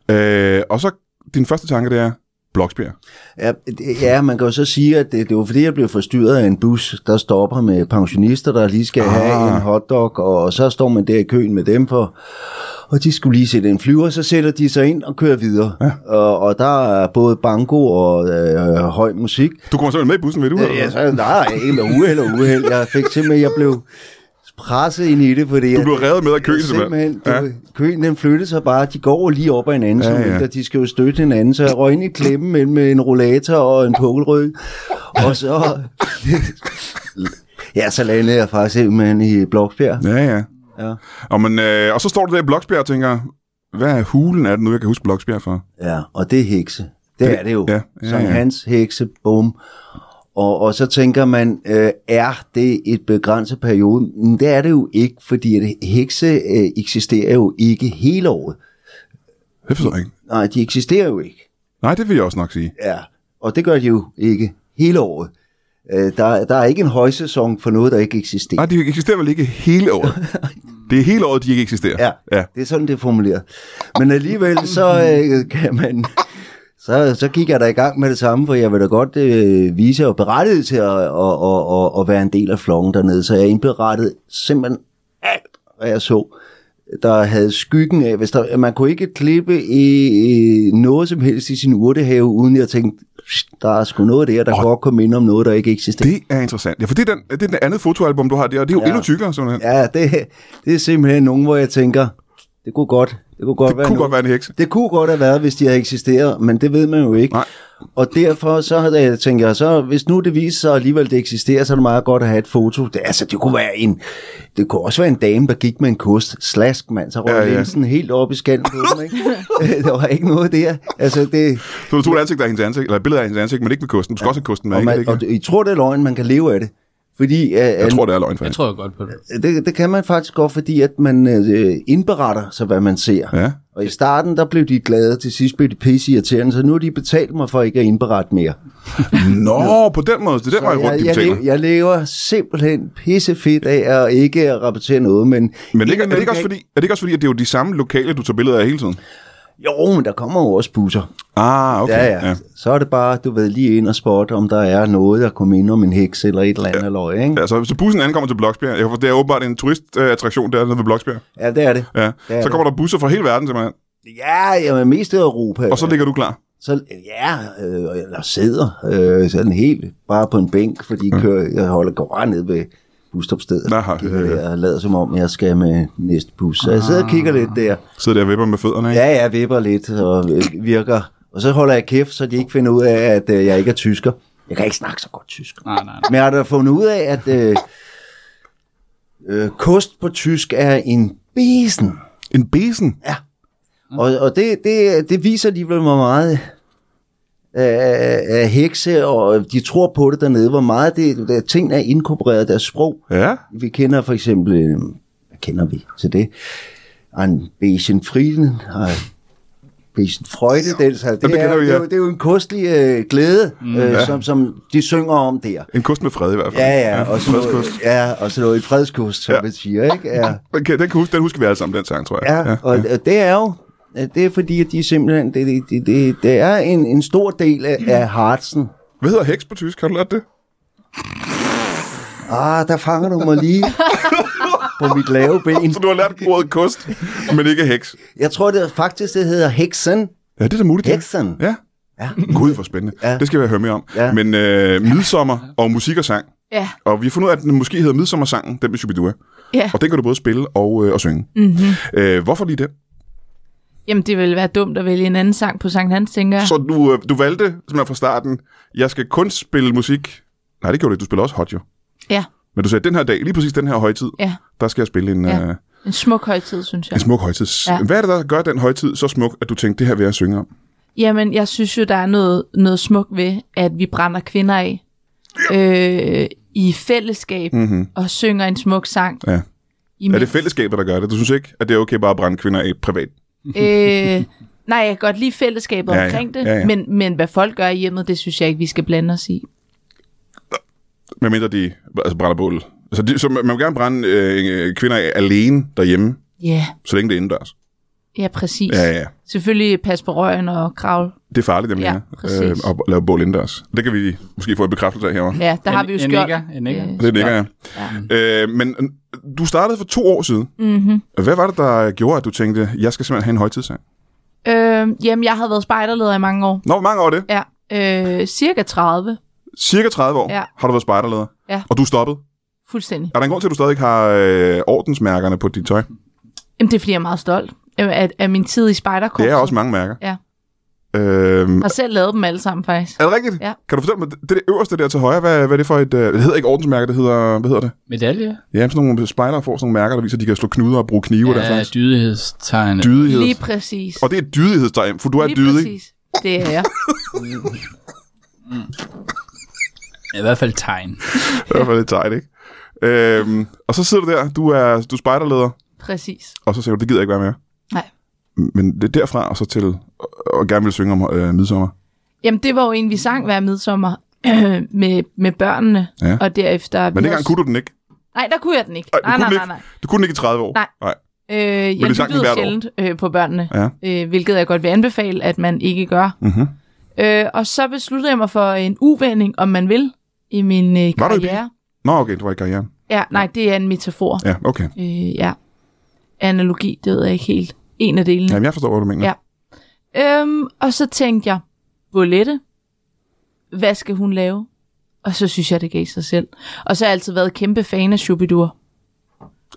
[SPEAKER 1] Ja. Øh, og så, din første tanke, det er Bloksbjerg.
[SPEAKER 3] Ja, det- ja, man kan jo så sige, at det, det var fordi, jeg blev forstyrret af en bus, der stopper med pensionister, der lige skal ah. have
[SPEAKER 1] Ah.
[SPEAKER 3] en hotdog, og så står man der i køen med dem for... Og de skulle lige sætte en flyver, så sætter de sig ind og kører videre. Ja. Og, og der er både banko og øh, høj musik.
[SPEAKER 1] Du kommer simpelthen med i bussen, ved du? eller
[SPEAKER 3] Ja,
[SPEAKER 1] hvad?
[SPEAKER 3] så, nej, ikke med uheld og uheld. Jeg fik simpelthen, jeg blev presset ind i det, fordi...
[SPEAKER 1] Du blev revet med af køen,
[SPEAKER 3] simpelthen.
[SPEAKER 1] simpelthen.
[SPEAKER 3] Det, ja. Køen, den flyttede sig bare. De går lige op ad hinanden,
[SPEAKER 1] Ja,
[SPEAKER 3] ja,
[SPEAKER 1] ja.
[SPEAKER 3] ja. de skal jo støtte hinanden. Så jeg røg ind i klemmen mellem en rollator og en pukkelryg. Og så... ja, så landede jeg faktisk simpelthen i Bloksbjerg.
[SPEAKER 1] Ja, ja.
[SPEAKER 3] Ja.
[SPEAKER 1] Og, men, øh, og så står du der i Bloksbjerg og tænker, hvad er hulen af det nu, jeg kan huske Bloksbjerg for?
[SPEAKER 3] Ja, og det er hekse. Det,
[SPEAKER 1] Det-
[SPEAKER 3] er det jo.
[SPEAKER 1] ja,
[SPEAKER 3] Ja,
[SPEAKER 1] ja,
[SPEAKER 3] ja, Som
[SPEAKER 1] ja.
[SPEAKER 3] hans hekse, bum. Og, og så tænker man, øh, er det et begrænset periode? Men det er det jo ikke, fordi at hekse øh, eksisterer jo ikke hele året.
[SPEAKER 1] Det forstår jeg ikke.
[SPEAKER 3] Nej, de eksisterer jo ikke.
[SPEAKER 1] Nej, det vil jeg også nok sige.
[SPEAKER 3] Ja, og det gør de jo ikke hele året. Øh, der, der er ikke en højsæson for noget, der ikke eksisterer.
[SPEAKER 1] Nej, de eksisterer vel ikke hele året. Det er hele året, de ikke eksisterer.
[SPEAKER 3] Ja.
[SPEAKER 1] ja.
[SPEAKER 3] Det er sådan, det er formuleret. Men alligevel, så øh, kan man... Så, så gik jeg da i gang med det samme, for jeg vil da godt øh, vise og berettiget til at, at, at, at, at være en del af flokken dernede. Så jeg indberettede simpelthen alt, hvad jeg så, der havde skyggen af. Hvis der, man kunne ikke klippe i, i noget som helst i sin urtehave, uden jeg tænkte, "Pst, der er sgu noget der, der oh. godt komme ind om noget, der ikke eksisterer.
[SPEAKER 1] Det er interessant. Ja, for det er, den, det er den andet fotoalbum, du har der, og det er jo ja.
[SPEAKER 3] Ja.
[SPEAKER 1] endnu tykkere, sådan ja,
[SPEAKER 3] Ja, det, det er simpelthen nogen, hvor jeg tænker, det kunne godt, det kunne godt,
[SPEAKER 1] Det
[SPEAKER 3] være,
[SPEAKER 1] kunne
[SPEAKER 3] nogen.
[SPEAKER 1] godt være en hekse.
[SPEAKER 3] Det kunne godt have været, hvis de havde eksisteret, men det ved man jo ikke.
[SPEAKER 1] Nej.
[SPEAKER 3] Og derfor så havde jeg, tænker jeg, så, hvis nu det viser sig alligevel, det eksisterer, så er det meget godt at have et foto. Det, altså, det kunne være en, det kunne også være en dame, der gik med en kost. Slask, mand. Så røg
[SPEAKER 1] Ja,
[SPEAKER 3] ja,
[SPEAKER 1] ja.
[SPEAKER 3] ja. linsen helt op i skallen på dem, ikke? der var ikke noget der. Altså, det,
[SPEAKER 1] Så du tog et ansigt af hendes ansigt, eller et billede af hendes ansigt, men ikke med kosten. Du skal også have kosten med,
[SPEAKER 3] og,
[SPEAKER 1] ikke? Er det
[SPEAKER 3] man,
[SPEAKER 1] ikke?
[SPEAKER 3] og I tror, det er løgn, man kan leve af det. Fordi,
[SPEAKER 1] jeg
[SPEAKER 3] jeg
[SPEAKER 1] tror, det er løgn,
[SPEAKER 4] Jeg
[SPEAKER 1] faktisk.
[SPEAKER 4] tror jo godt på det.
[SPEAKER 3] det, det kan man faktisk godt, fordi at man øh, indberetter sig, hvad man ser.
[SPEAKER 1] Ja.
[SPEAKER 3] Og i starten, der blev de glade, til sidst blev de pisse irriterende, så nu har de betalt mig for ikke at indberette mere.
[SPEAKER 1] Nå, på den måde. Det er den vej rundt, de
[SPEAKER 3] jeg, jeg,
[SPEAKER 1] betaler.
[SPEAKER 3] lever, jeg lever simpelthen pissefedt af at ikke rapportere noget, men...
[SPEAKER 1] Men ikke, er, det
[SPEAKER 3] af
[SPEAKER 1] ikke også
[SPEAKER 3] dem
[SPEAKER 1] fordi, er det ikke også fordi, at det er jo de samme lokale, du tager billeder af hele tiden?
[SPEAKER 3] kan- Jo, men der kommer jo også busser.
[SPEAKER 1] Ah, okay.
[SPEAKER 3] Okay, ja, ja, ja. Så er det bare, du ved, lige ind og spotte, om der er noget, der kommer ind om en heks eller et eller andet ja. løg, ikke?
[SPEAKER 1] Ja, så, så bussen ankommer til Bloksbjerg. Jeg, det er åbenbart en turistattraktion dernede ved Bloksbjerg.
[SPEAKER 3] Ja, det er det.
[SPEAKER 1] Ja.
[SPEAKER 3] Det er
[SPEAKER 1] Så kommer der busser fra hele verden, simpelthen.
[SPEAKER 3] Ja, jamen, mest i Europa.
[SPEAKER 1] Og så ligger du klar.
[SPEAKER 3] så ja, øh, eller sidder øh, sådan helt bare på en bænk, fordi jeg, kører, jeg holder går bare ned ved busstopstedet.
[SPEAKER 1] Nej,
[SPEAKER 3] Gider
[SPEAKER 1] øh.
[SPEAKER 3] det, Jeg lader som om, jeg skal med næste bus. Så jeg sidder og kigger lidt der.
[SPEAKER 1] Sidder der og vipper med fødderne, ikke?
[SPEAKER 3] Ja, jeg vipper lidt og øh, virker. Og så holder jeg kæft, så de ikke finder ud af, at øh, jeg ikke er tysker. Jeg kan ikke snakke så godt tysk.
[SPEAKER 4] Nej, nej,
[SPEAKER 3] Men jeg har da fundet ud af, at øh, øh, kost på tysk er en besen.
[SPEAKER 1] En besen?
[SPEAKER 3] Og, og det, det, det viser alligevel, hvor meget af, af hekse, og de tror på det dernede, hvor meget det, der, ting er inkorporeret i deres sprog.
[SPEAKER 1] Ja.
[SPEAKER 3] Vi kender for eksempel, øh, hvad kender vi til det? Ein bisschen Frieden, ein bisschen Freude, det, altså, det,
[SPEAKER 1] det
[SPEAKER 3] det,
[SPEAKER 1] kender
[SPEAKER 3] er,
[SPEAKER 1] vi,
[SPEAKER 3] vi,
[SPEAKER 1] ja.
[SPEAKER 3] ja. det, er jo, det er jo en kostelig øh, glæde, mm, øh,
[SPEAKER 1] ja.
[SPEAKER 3] ja. som, som de synger om der.
[SPEAKER 1] En kost med fred i hvert fald.
[SPEAKER 3] Ja, ja, og sådan noget,
[SPEAKER 1] fredskost.
[SPEAKER 3] ja, og sådan noget et fredskost, som
[SPEAKER 1] Ja.
[SPEAKER 3] ja. man siger, ikke? Ja.
[SPEAKER 1] Okay, den, kan huske, den husker vi alle sammen, den sang, tror jeg.
[SPEAKER 3] Ja, og, og det er jo, at det er fordi, at de simpelthen, det, det, det, det, det er en, en stor del af, af hartsen.
[SPEAKER 1] Hvad hedder heks på tysk? Har du lært det?
[SPEAKER 3] Ah, der fanger du mig lige på mit lave ben.
[SPEAKER 1] Så du har lært ordet kost, men ikke heks.
[SPEAKER 3] Jeg tror det er faktisk, det hedder heksen.
[SPEAKER 1] Ja, det er da muligt. ja.
[SPEAKER 3] Heksen.
[SPEAKER 1] Ja.
[SPEAKER 3] Ja.
[SPEAKER 1] Gud, hvor spændende. Ja.
[SPEAKER 3] Ja.
[SPEAKER 1] Det skal jeg høre mere om. Ja.
[SPEAKER 3] Ja.
[SPEAKER 1] Men øh, midsommer og musik og sang.
[SPEAKER 2] Ja,
[SPEAKER 1] Og vi har fundet ud af, at den måske hedder midsommersangen, den med Shubidua.
[SPEAKER 2] ja.
[SPEAKER 1] Og den kan du både spille og, øh, og synge.
[SPEAKER 2] Mm-hmm.
[SPEAKER 1] Øh, hvorfor lige den?
[SPEAKER 2] Jamen, det ville være dumt at vælge en anden sang på Sankt Hans, tænker jeg.
[SPEAKER 1] Så du, øh, du valgte simpelthen fra starten, jeg skal kun spille musik. Nej, det gjorde du ikke. Du spiller også hot, jo.
[SPEAKER 2] Ja,
[SPEAKER 1] Men du sagde, den her dag, lige præcis den her højtid,
[SPEAKER 2] ja.
[SPEAKER 1] der skal jeg spille en, ja.
[SPEAKER 2] Ja.
[SPEAKER 1] øh,
[SPEAKER 2] En smuk højtid, synes jeg.
[SPEAKER 1] en smuk højtid. Ja.
[SPEAKER 2] Ja.
[SPEAKER 1] Hvad er det, der gør den højtid så smuk, at du tænkte, det her vil jeg synge om?
[SPEAKER 2] Jamen, jeg synes jo, der er noget, noget smukt ved, at vi brænder kvinder af øh, i fællesskab
[SPEAKER 1] Mm-hmm.
[SPEAKER 2] og synger en smuk sang.
[SPEAKER 1] Ja.
[SPEAKER 2] Imens.
[SPEAKER 1] Er det fællesskabet, der gør det? Du synes ikke, at det er okay bare at brænde kvinder af privat?
[SPEAKER 2] Øh, nej, jeg kan godt lide fællesskabet
[SPEAKER 1] Ja, ja.
[SPEAKER 2] omkring det,
[SPEAKER 1] Ja, ja.
[SPEAKER 2] Men, men hvad folk gør i hjemmet, det synes jeg ikke, vi skal blande os i.
[SPEAKER 1] Medmindre de altså, brænder bål. Så, de, så man man vil gerne brænde øh, kvinder af alene derhjemme,
[SPEAKER 2] Ja, yeah.
[SPEAKER 1] så længe det er indendørs.
[SPEAKER 2] ja præcis.
[SPEAKER 1] Ja, ja.
[SPEAKER 2] Selvfølgelig pas på røgen og kravl.
[SPEAKER 1] Det er farligt, nemlig,
[SPEAKER 2] Ja,
[SPEAKER 1] ja, øh,
[SPEAKER 2] præcis.
[SPEAKER 1] at lave bål indendørs. Det kan vi måske få en bekræftelse af herovre.
[SPEAKER 2] Ja, der har
[SPEAKER 4] En-
[SPEAKER 2] vi jo
[SPEAKER 4] en
[SPEAKER 2] skjold.
[SPEAKER 4] nikker, en nikker.
[SPEAKER 2] Øh,
[SPEAKER 1] Det ligger jeg.
[SPEAKER 2] Ja.
[SPEAKER 1] Øh, men øh, du startede for to år siden.
[SPEAKER 2] Mm-hmm.
[SPEAKER 1] Hvad var det, der gjorde, at du tænkte, jeg skal simpelthen have en højtidssang?
[SPEAKER 2] Øh, jamen, jeg havde været spejderleder i mange år.
[SPEAKER 1] Nå, hvor mange år er det?
[SPEAKER 2] Ja, øh, cirka 30.
[SPEAKER 1] Cirka 30 år
[SPEAKER 2] Ja.
[SPEAKER 1] har du været spejderleder.
[SPEAKER 2] Ja.
[SPEAKER 1] Og du er stoppet.
[SPEAKER 2] fuldstændig.
[SPEAKER 1] Er der en grund til, at du stadig har øh, ordensmærkerne på dit tøj?
[SPEAKER 2] Jamen, det er, fordi jeg er meget stolt af, af, af min tid i
[SPEAKER 1] Det
[SPEAKER 2] spejderkorpset.
[SPEAKER 1] er også mange mærker.
[SPEAKER 2] Ja.
[SPEAKER 1] Øhm,
[SPEAKER 2] Jeg har selv lavet dem alle sammen, faktisk.
[SPEAKER 1] er det rigtigt?
[SPEAKER 2] Ja.
[SPEAKER 1] Kan du fortælle mig, det, det øverste der til højre, hvad, hvad er det for et... Øh, det hedder ikke ordensmærke, det hedder... Hvad hedder det?
[SPEAKER 4] Medalje?
[SPEAKER 1] Ja, sådan nogle spejdere får sådan nogle mærker, der viser, at de kan slå knuder og bruge knive ja, og den
[SPEAKER 4] Ja,
[SPEAKER 1] slags.
[SPEAKER 4] dydighedstegn.
[SPEAKER 1] Dydighed.
[SPEAKER 2] Lige præcis.
[SPEAKER 1] Og det er et dydighedstegn, for du er
[SPEAKER 2] Lige
[SPEAKER 1] dydig.
[SPEAKER 2] præcis. Det er jeg.
[SPEAKER 4] I hvert fald tegn.
[SPEAKER 1] Det var lidt tight, ikke? Øhm, og så sidder du der, du er, du er spejderleder,
[SPEAKER 2] Præcis.
[SPEAKER 1] og så siger du, det gider jeg ikke være med.
[SPEAKER 2] Nej.
[SPEAKER 1] Men det er derfra og så til og- og gerne vil synge om øh, midsommer.
[SPEAKER 2] Jamen, det var jo en, vi sang hver midsommer med, med børnene,
[SPEAKER 1] Ja.
[SPEAKER 2] og derefter...
[SPEAKER 1] Men dengang kunne du den ikke.
[SPEAKER 2] Nej, der kunne jeg den ikke.
[SPEAKER 1] Ej, du
[SPEAKER 2] nej,
[SPEAKER 1] kunne
[SPEAKER 2] nej,
[SPEAKER 1] den
[SPEAKER 2] nej,
[SPEAKER 1] ikke.
[SPEAKER 2] nej.
[SPEAKER 1] Du kunne den ikke i 30 år.
[SPEAKER 2] Nej.
[SPEAKER 1] Nej.
[SPEAKER 2] Øh,
[SPEAKER 1] det
[SPEAKER 2] jeg
[SPEAKER 1] sang den
[SPEAKER 2] lyttede
[SPEAKER 1] hvert år.
[SPEAKER 2] sjældent øh, på børnene,
[SPEAKER 1] Ja.
[SPEAKER 2] øh, hvilket jeg godt vil anbefale, at man ikke gør.
[SPEAKER 1] Mm-hmm.
[SPEAKER 2] Øh, og så besluttede jeg mig for en uvending, om man vil, i min øh,
[SPEAKER 1] Var du i bil?
[SPEAKER 2] karriere.
[SPEAKER 1] Nå, okay, du var i karrieren.
[SPEAKER 2] Ja, nej, det er en metafor.
[SPEAKER 1] Ja, okay.
[SPEAKER 2] Øh, ja. Analogi, det ved jeg ikke helt. En af delene.
[SPEAKER 1] Jamen, jeg forstår, hvad du mener.
[SPEAKER 2] Ja. Øhm, og så tænkte jeg, Bolette, hvad skal hun lave? Og så synes jeg, det gav sig selv. Og så har jeg altid været kæmpe fan af Shubidur.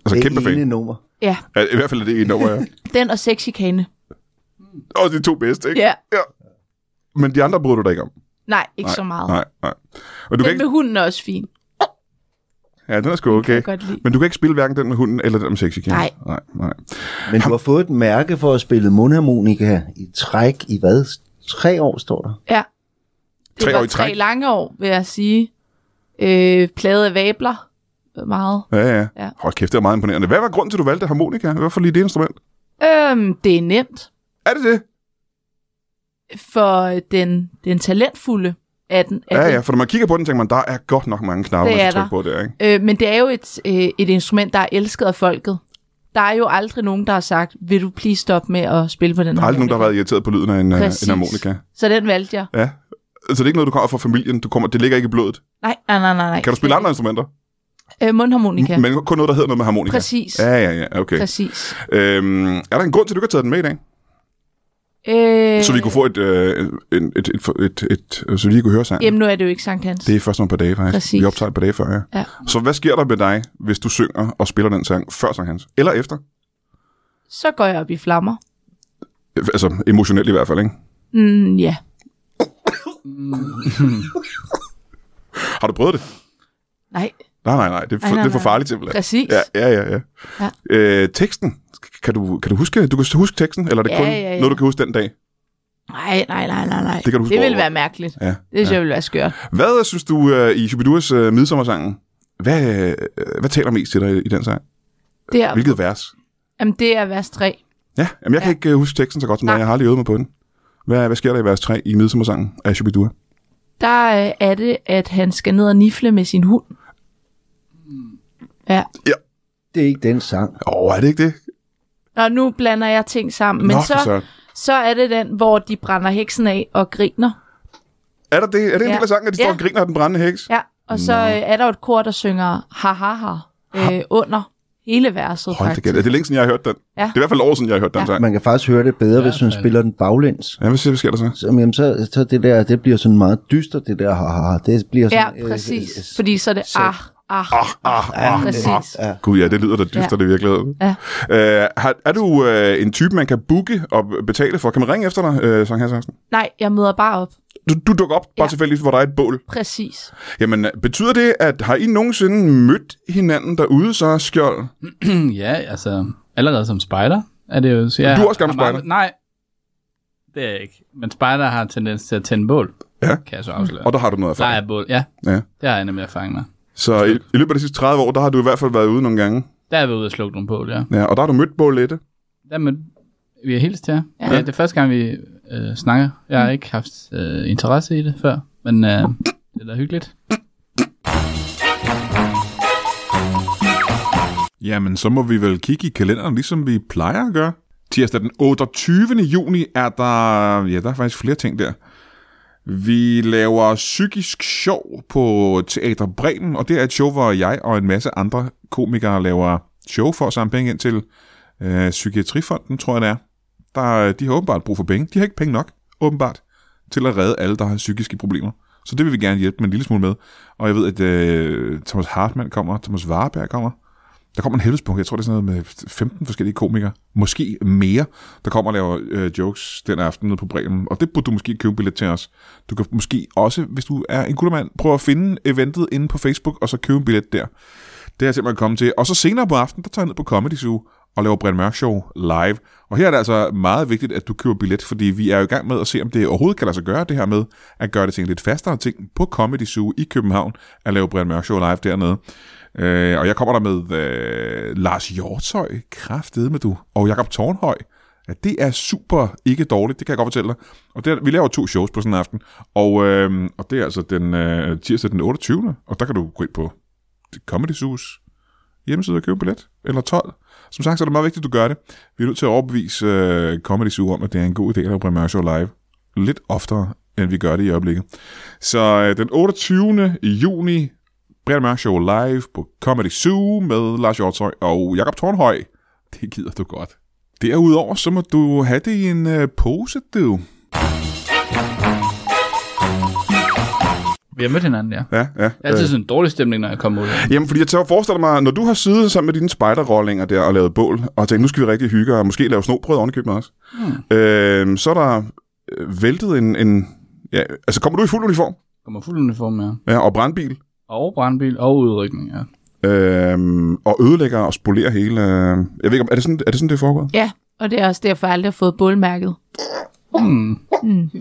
[SPEAKER 1] Altså, kæmpe
[SPEAKER 3] det
[SPEAKER 1] fan.
[SPEAKER 3] ene nummer.
[SPEAKER 2] Ja,
[SPEAKER 1] Ja, I hvert fald er det en nummer, ja.
[SPEAKER 2] den og sexchikane.
[SPEAKER 1] Og de to bedste, ikke?
[SPEAKER 2] Ja,
[SPEAKER 1] Men de andre bryder du dig ikke om.
[SPEAKER 2] nej, ikke nej, så meget.
[SPEAKER 1] Nej, nej. Og du kan
[SPEAKER 2] Den
[SPEAKER 1] ikke...
[SPEAKER 2] med hunden er også fin.
[SPEAKER 1] Ja, den er sgu okay.
[SPEAKER 2] Jeg kan godt lide.
[SPEAKER 1] Men du kan ikke spille hverken den med hunden eller den med sexy kæmpe.
[SPEAKER 2] Nej.
[SPEAKER 1] Nej, nej.
[SPEAKER 3] Men du har fået et mærke for at spille mundharmonika i træk i hvad? Tre år, står der.
[SPEAKER 2] Ja. Det
[SPEAKER 1] Tre
[SPEAKER 2] var
[SPEAKER 1] år i
[SPEAKER 2] tre
[SPEAKER 1] træk.
[SPEAKER 2] lange år, vil jeg sige. Øh, plade af vabler. Meget.
[SPEAKER 1] Ja, ja, ja.
[SPEAKER 2] Ja.
[SPEAKER 1] Hold kæft, det er meget imponerende. Hvad var grunden til, at du valgte harmonika? Hvorfor lige det instrument?
[SPEAKER 2] Øhm, det er nemt
[SPEAKER 1] Er det det?
[SPEAKER 2] for den, den talentfulde af den. Af
[SPEAKER 1] Ja,
[SPEAKER 2] den.
[SPEAKER 1] ja, for når man kigger på den, tænker man, der er godt nok mange knapper,
[SPEAKER 2] Det
[SPEAKER 1] man
[SPEAKER 2] er
[SPEAKER 1] skal
[SPEAKER 2] der.
[SPEAKER 1] trykke på der, ikke?
[SPEAKER 2] Øh, men det er jo et, øh, et instrument, der er elsket af folket. Der er jo aldrig nogen, der har sagt, vil du please stoppe med at spille på den
[SPEAKER 1] Der er aldrig nogen, der har været irriteret på lyden af en, øh, en harmonika.
[SPEAKER 2] Så den valgte jeg.
[SPEAKER 1] Ja. Så det er ikke noget, du kommer fra familien. Du kommer, det ligger ikke i blodet.
[SPEAKER 2] Nej, nej, nej, nej. nej.
[SPEAKER 1] Kan du spille andre instrumenter?
[SPEAKER 2] Øh, mundharmonika.
[SPEAKER 1] Men kun noget, der hedder noget med harmonika.
[SPEAKER 2] Præcis.
[SPEAKER 1] Ja, ja, ja. Okay.
[SPEAKER 2] Præcis.
[SPEAKER 1] Øhm, er der en grund til, at du ikke har taget den med i dag?
[SPEAKER 2] Øh,
[SPEAKER 1] Så vi kunne få et, øh, en- et, et, et, et, et så vi lige kunne høre sangen.
[SPEAKER 2] Jamen, nu er det jo ikke Sankt Hans.
[SPEAKER 1] Det er først om et par dage, faktisk.
[SPEAKER 2] Præcis.
[SPEAKER 1] Vi optager et par dage før, ja.
[SPEAKER 2] Ja.
[SPEAKER 1] Så hvad sker der med dig, hvis du synger og spiller den sang før Sankt Hans? Eller efter?
[SPEAKER 2] Så går jeg op i flammer.
[SPEAKER 1] Øh, Altså emotionelt i hvert fald, ikke?
[SPEAKER 2] Mm, ja.
[SPEAKER 1] Har du prøvet det?
[SPEAKER 2] Nej,
[SPEAKER 1] Nej, nej, nej. Det er for,
[SPEAKER 2] Nej, nej,
[SPEAKER 1] det er for
[SPEAKER 2] nej.
[SPEAKER 1] farligt simpelthen.
[SPEAKER 2] præcis.
[SPEAKER 1] Ja, ja, ja. ja.
[SPEAKER 2] Ja.
[SPEAKER 1] Øh, teksten, kan du, kan du huske, du kan huske teksten, eller er det
[SPEAKER 2] Ja,
[SPEAKER 1] kun
[SPEAKER 2] ja, ja.
[SPEAKER 1] noget, du kan huske den dag?
[SPEAKER 2] Nej, nej, nej, nej, nej.
[SPEAKER 1] Det kan du huske
[SPEAKER 2] det ville
[SPEAKER 1] overhovedet.
[SPEAKER 2] være mærkeligt.
[SPEAKER 1] Ja.
[SPEAKER 2] Det synes jeg ville være skørt.
[SPEAKER 1] Hvad synes du øh, i Shubiduras øh, midsommersangen, hvad, øh, hvad taler mest til dig i, i den sang?
[SPEAKER 2] Det er,
[SPEAKER 1] Hvilket vers?
[SPEAKER 2] jamen, det er vers 3.
[SPEAKER 1] Ja, jamen, jeg kan ikke øh, huske teksten så godt som dig,
[SPEAKER 2] Nej.
[SPEAKER 1] jeg har aldrig øvet mig på den. Hvad, hvad sker der i vers 3 i midsommersangen af Shubidua?
[SPEAKER 2] Der øh, er det, at han skal ned og nifle med sin hund. Ja.
[SPEAKER 3] Det er ikke den sang.
[SPEAKER 1] Åh, oh, er det ikke det?
[SPEAKER 2] Og nu blander jeg ting sammen. Men
[SPEAKER 1] Nå, for
[SPEAKER 2] så,
[SPEAKER 1] søren.
[SPEAKER 2] så er det den, hvor de brænder heksen af og griner.
[SPEAKER 1] Er, der det? er det en
[SPEAKER 2] Ja.
[SPEAKER 1] del af sangen, at de står
[SPEAKER 2] Ja.
[SPEAKER 1] og griner af den brændende heks?
[SPEAKER 2] Ja, og så øh, er der jo et kor, der synger ha ha ha øh, under hele verset
[SPEAKER 1] Hold da
[SPEAKER 2] faktisk.
[SPEAKER 1] kæft, er det længe siden, jeg har hørt den?
[SPEAKER 2] Ja.
[SPEAKER 1] Det er i hvert fald et år siden, jeg har hørt den
[SPEAKER 2] Ja.
[SPEAKER 1] sang.
[SPEAKER 3] Man kan faktisk høre det bedre, hvis hun
[SPEAKER 4] fald.
[SPEAKER 3] spiller den baglæns.
[SPEAKER 1] Ja, hvad siger- hvad sker der så?
[SPEAKER 3] Så, jamen, så, så det der, det bliver sådan meget dyster, det der haha. Det bliver
[SPEAKER 2] Ja,
[SPEAKER 3] sådan... øh, øh,
[SPEAKER 2] præcis.
[SPEAKER 3] øh,
[SPEAKER 2] Fordi så er det
[SPEAKER 3] så-
[SPEAKER 2] ah, ah,
[SPEAKER 1] Ah, ah, ah,
[SPEAKER 2] præcis.
[SPEAKER 1] ah. Gud, ja, det lyder da dyster, ja. det i virkeligheden.
[SPEAKER 2] Ja.
[SPEAKER 1] Øh, har, er du øh, en type, man kan booke og betale for? Kan man ringe efter dig, øh, Sankt Hans Hansen?
[SPEAKER 2] Nej, jeg møder bare op.
[SPEAKER 1] Du, du dukker op, bare
[SPEAKER 2] Ja.
[SPEAKER 1] tilfældigvis, hvor der er et bål.
[SPEAKER 2] Præcis.
[SPEAKER 1] Jamen, øh, betyder det, at har I nogensinde mødt hinanden derude, så skjold?
[SPEAKER 4] ja, altså, allerede som spejder er det jo... Så jeg
[SPEAKER 1] Du er også gammel
[SPEAKER 4] har meget-
[SPEAKER 1] spejder.
[SPEAKER 4] Nej, det er jeg ikke. Men spejder har tendens til at tænde bål,
[SPEAKER 1] Ja.
[SPEAKER 4] kan jeg så afsløre.
[SPEAKER 1] Og der har du noget
[SPEAKER 4] der
[SPEAKER 1] erfaring.
[SPEAKER 4] er bål, ja.
[SPEAKER 1] Ja.
[SPEAKER 4] Det har jeg nemlig erfaring med.
[SPEAKER 1] Så i, i løbet af de sidste 30 år, der har du i hvert fald været ude nogle gange.
[SPEAKER 4] Der er vi ude og slukke nogle bål, ja.
[SPEAKER 1] Ja, og der har du mødt Bolette.
[SPEAKER 4] Der med, vi har hilst til jer.
[SPEAKER 2] Ja.
[SPEAKER 4] Ja. Ja, det er første gang, vi øh, snakker. Jeg har ikke haft øh, interesse i det før, men øh, det er da hyggeligt.
[SPEAKER 1] Jamen, så må vi vel kigge i kalenderen, ligesom vi plejer at gøre. Tirsdag den 28. juni er der... Ja, der er faktisk flere ting der. Vi laver psykisk sjov på Teater Bremen, og det er et show, hvor jeg og en masse andre komikere laver show for at samle penge ind til øh, Psykiatrifonden, tror jeg det er. Der, de har åbenbart brug for penge. De har ikke penge nok, åbenbart, til at redde alle, der har psykiske problemer. Så det vil vi gerne hjælpe med en lille smule med. Og jeg ved, at øh, Thomas Hartmann kommer, Thomas Warberg kommer. Der kommer en helvedespunkt. Jeg tror, det er sådan noget med 15 forskellige komikere. Måske mere, der kommer og laver øh, jokes den aften nede på Bremen. Og det burde du måske købe billet til os. Du kan måske også, hvis du er en guttermand, prøve at finde eventet inde på Facebook, og så købe en billet der. Det er jeg simpelthen kommet til. Og så senere på aftenen, der tager jeg ned på Comedy Zoo og laver Brian Mørk Show live. Og her er det altså meget vigtigt, at du køber billet, fordi vi er jo i gang med at se, om det overhovedet kan lade sig gøre, det her med at gøre det til en lidt fastere ting på Comedy Zoo i København, at lave Brian Mørk Show live dernede. Øh, og jeg kommer der med øh, Lars Hjortøj, kraftede med du, og Jakob Tornhøj. Ja, det er super ikke dårligt, det kan jeg godt fortælle dig. Og der, vi laver to shows på sådan en aften, og, øh, og det er altså den øh, tirsdag den 28. Og der kan du gå ind på Comedy Zoo's hjemmeside og købe billet, eller 12. Som sagt, så er det meget vigtigt, at du gør det. Vi er nødt til at overbevise øh, Comedy Zoo om, at det er en god idé at lave Premiere Show live lidt oftere, end vi gør det i øjeblikket. Så øh, den 28. juni, Brian Mørk Show live på Comedy Zoo med Lars Hjortøj og Jakob Tornhøj. Det gider du godt. Derudover, så må du have det i en øh, pose, du.
[SPEAKER 4] Vi har mødt hinanden, ja.
[SPEAKER 1] Ja, ja.
[SPEAKER 4] Jeg har altid sådan en dårlig stemning, når jeg kommer ud.
[SPEAKER 1] Jamen, fordi jeg tager forestiller mig, når du har siddet sammen med dine spejderrollinger der og lavet bål, og tænkt, nu skal vi rigtig hygge og måske lave snobrød ovenikøbet også, hmm. øh, så er der øh, væltet en, en ja, altså kommer du i fuld uniform
[SPEAKER 4] Kommer fuld uniform, ja.
[SPEAKER 1] ja, og brandbil,
[SPEAKER 4] Og brandbil og udrykning, ja.
[SPEAKER 1] øh, og ødelægger og spolerer hele, øh, jeg ved ikke, om- er det sådan, er det sådan, det er foregået?
[SPEAKER 2] Ja, og det er også derfor, jeg aldrig har fået bålmærket.
[SPEAKER 4] Hmm.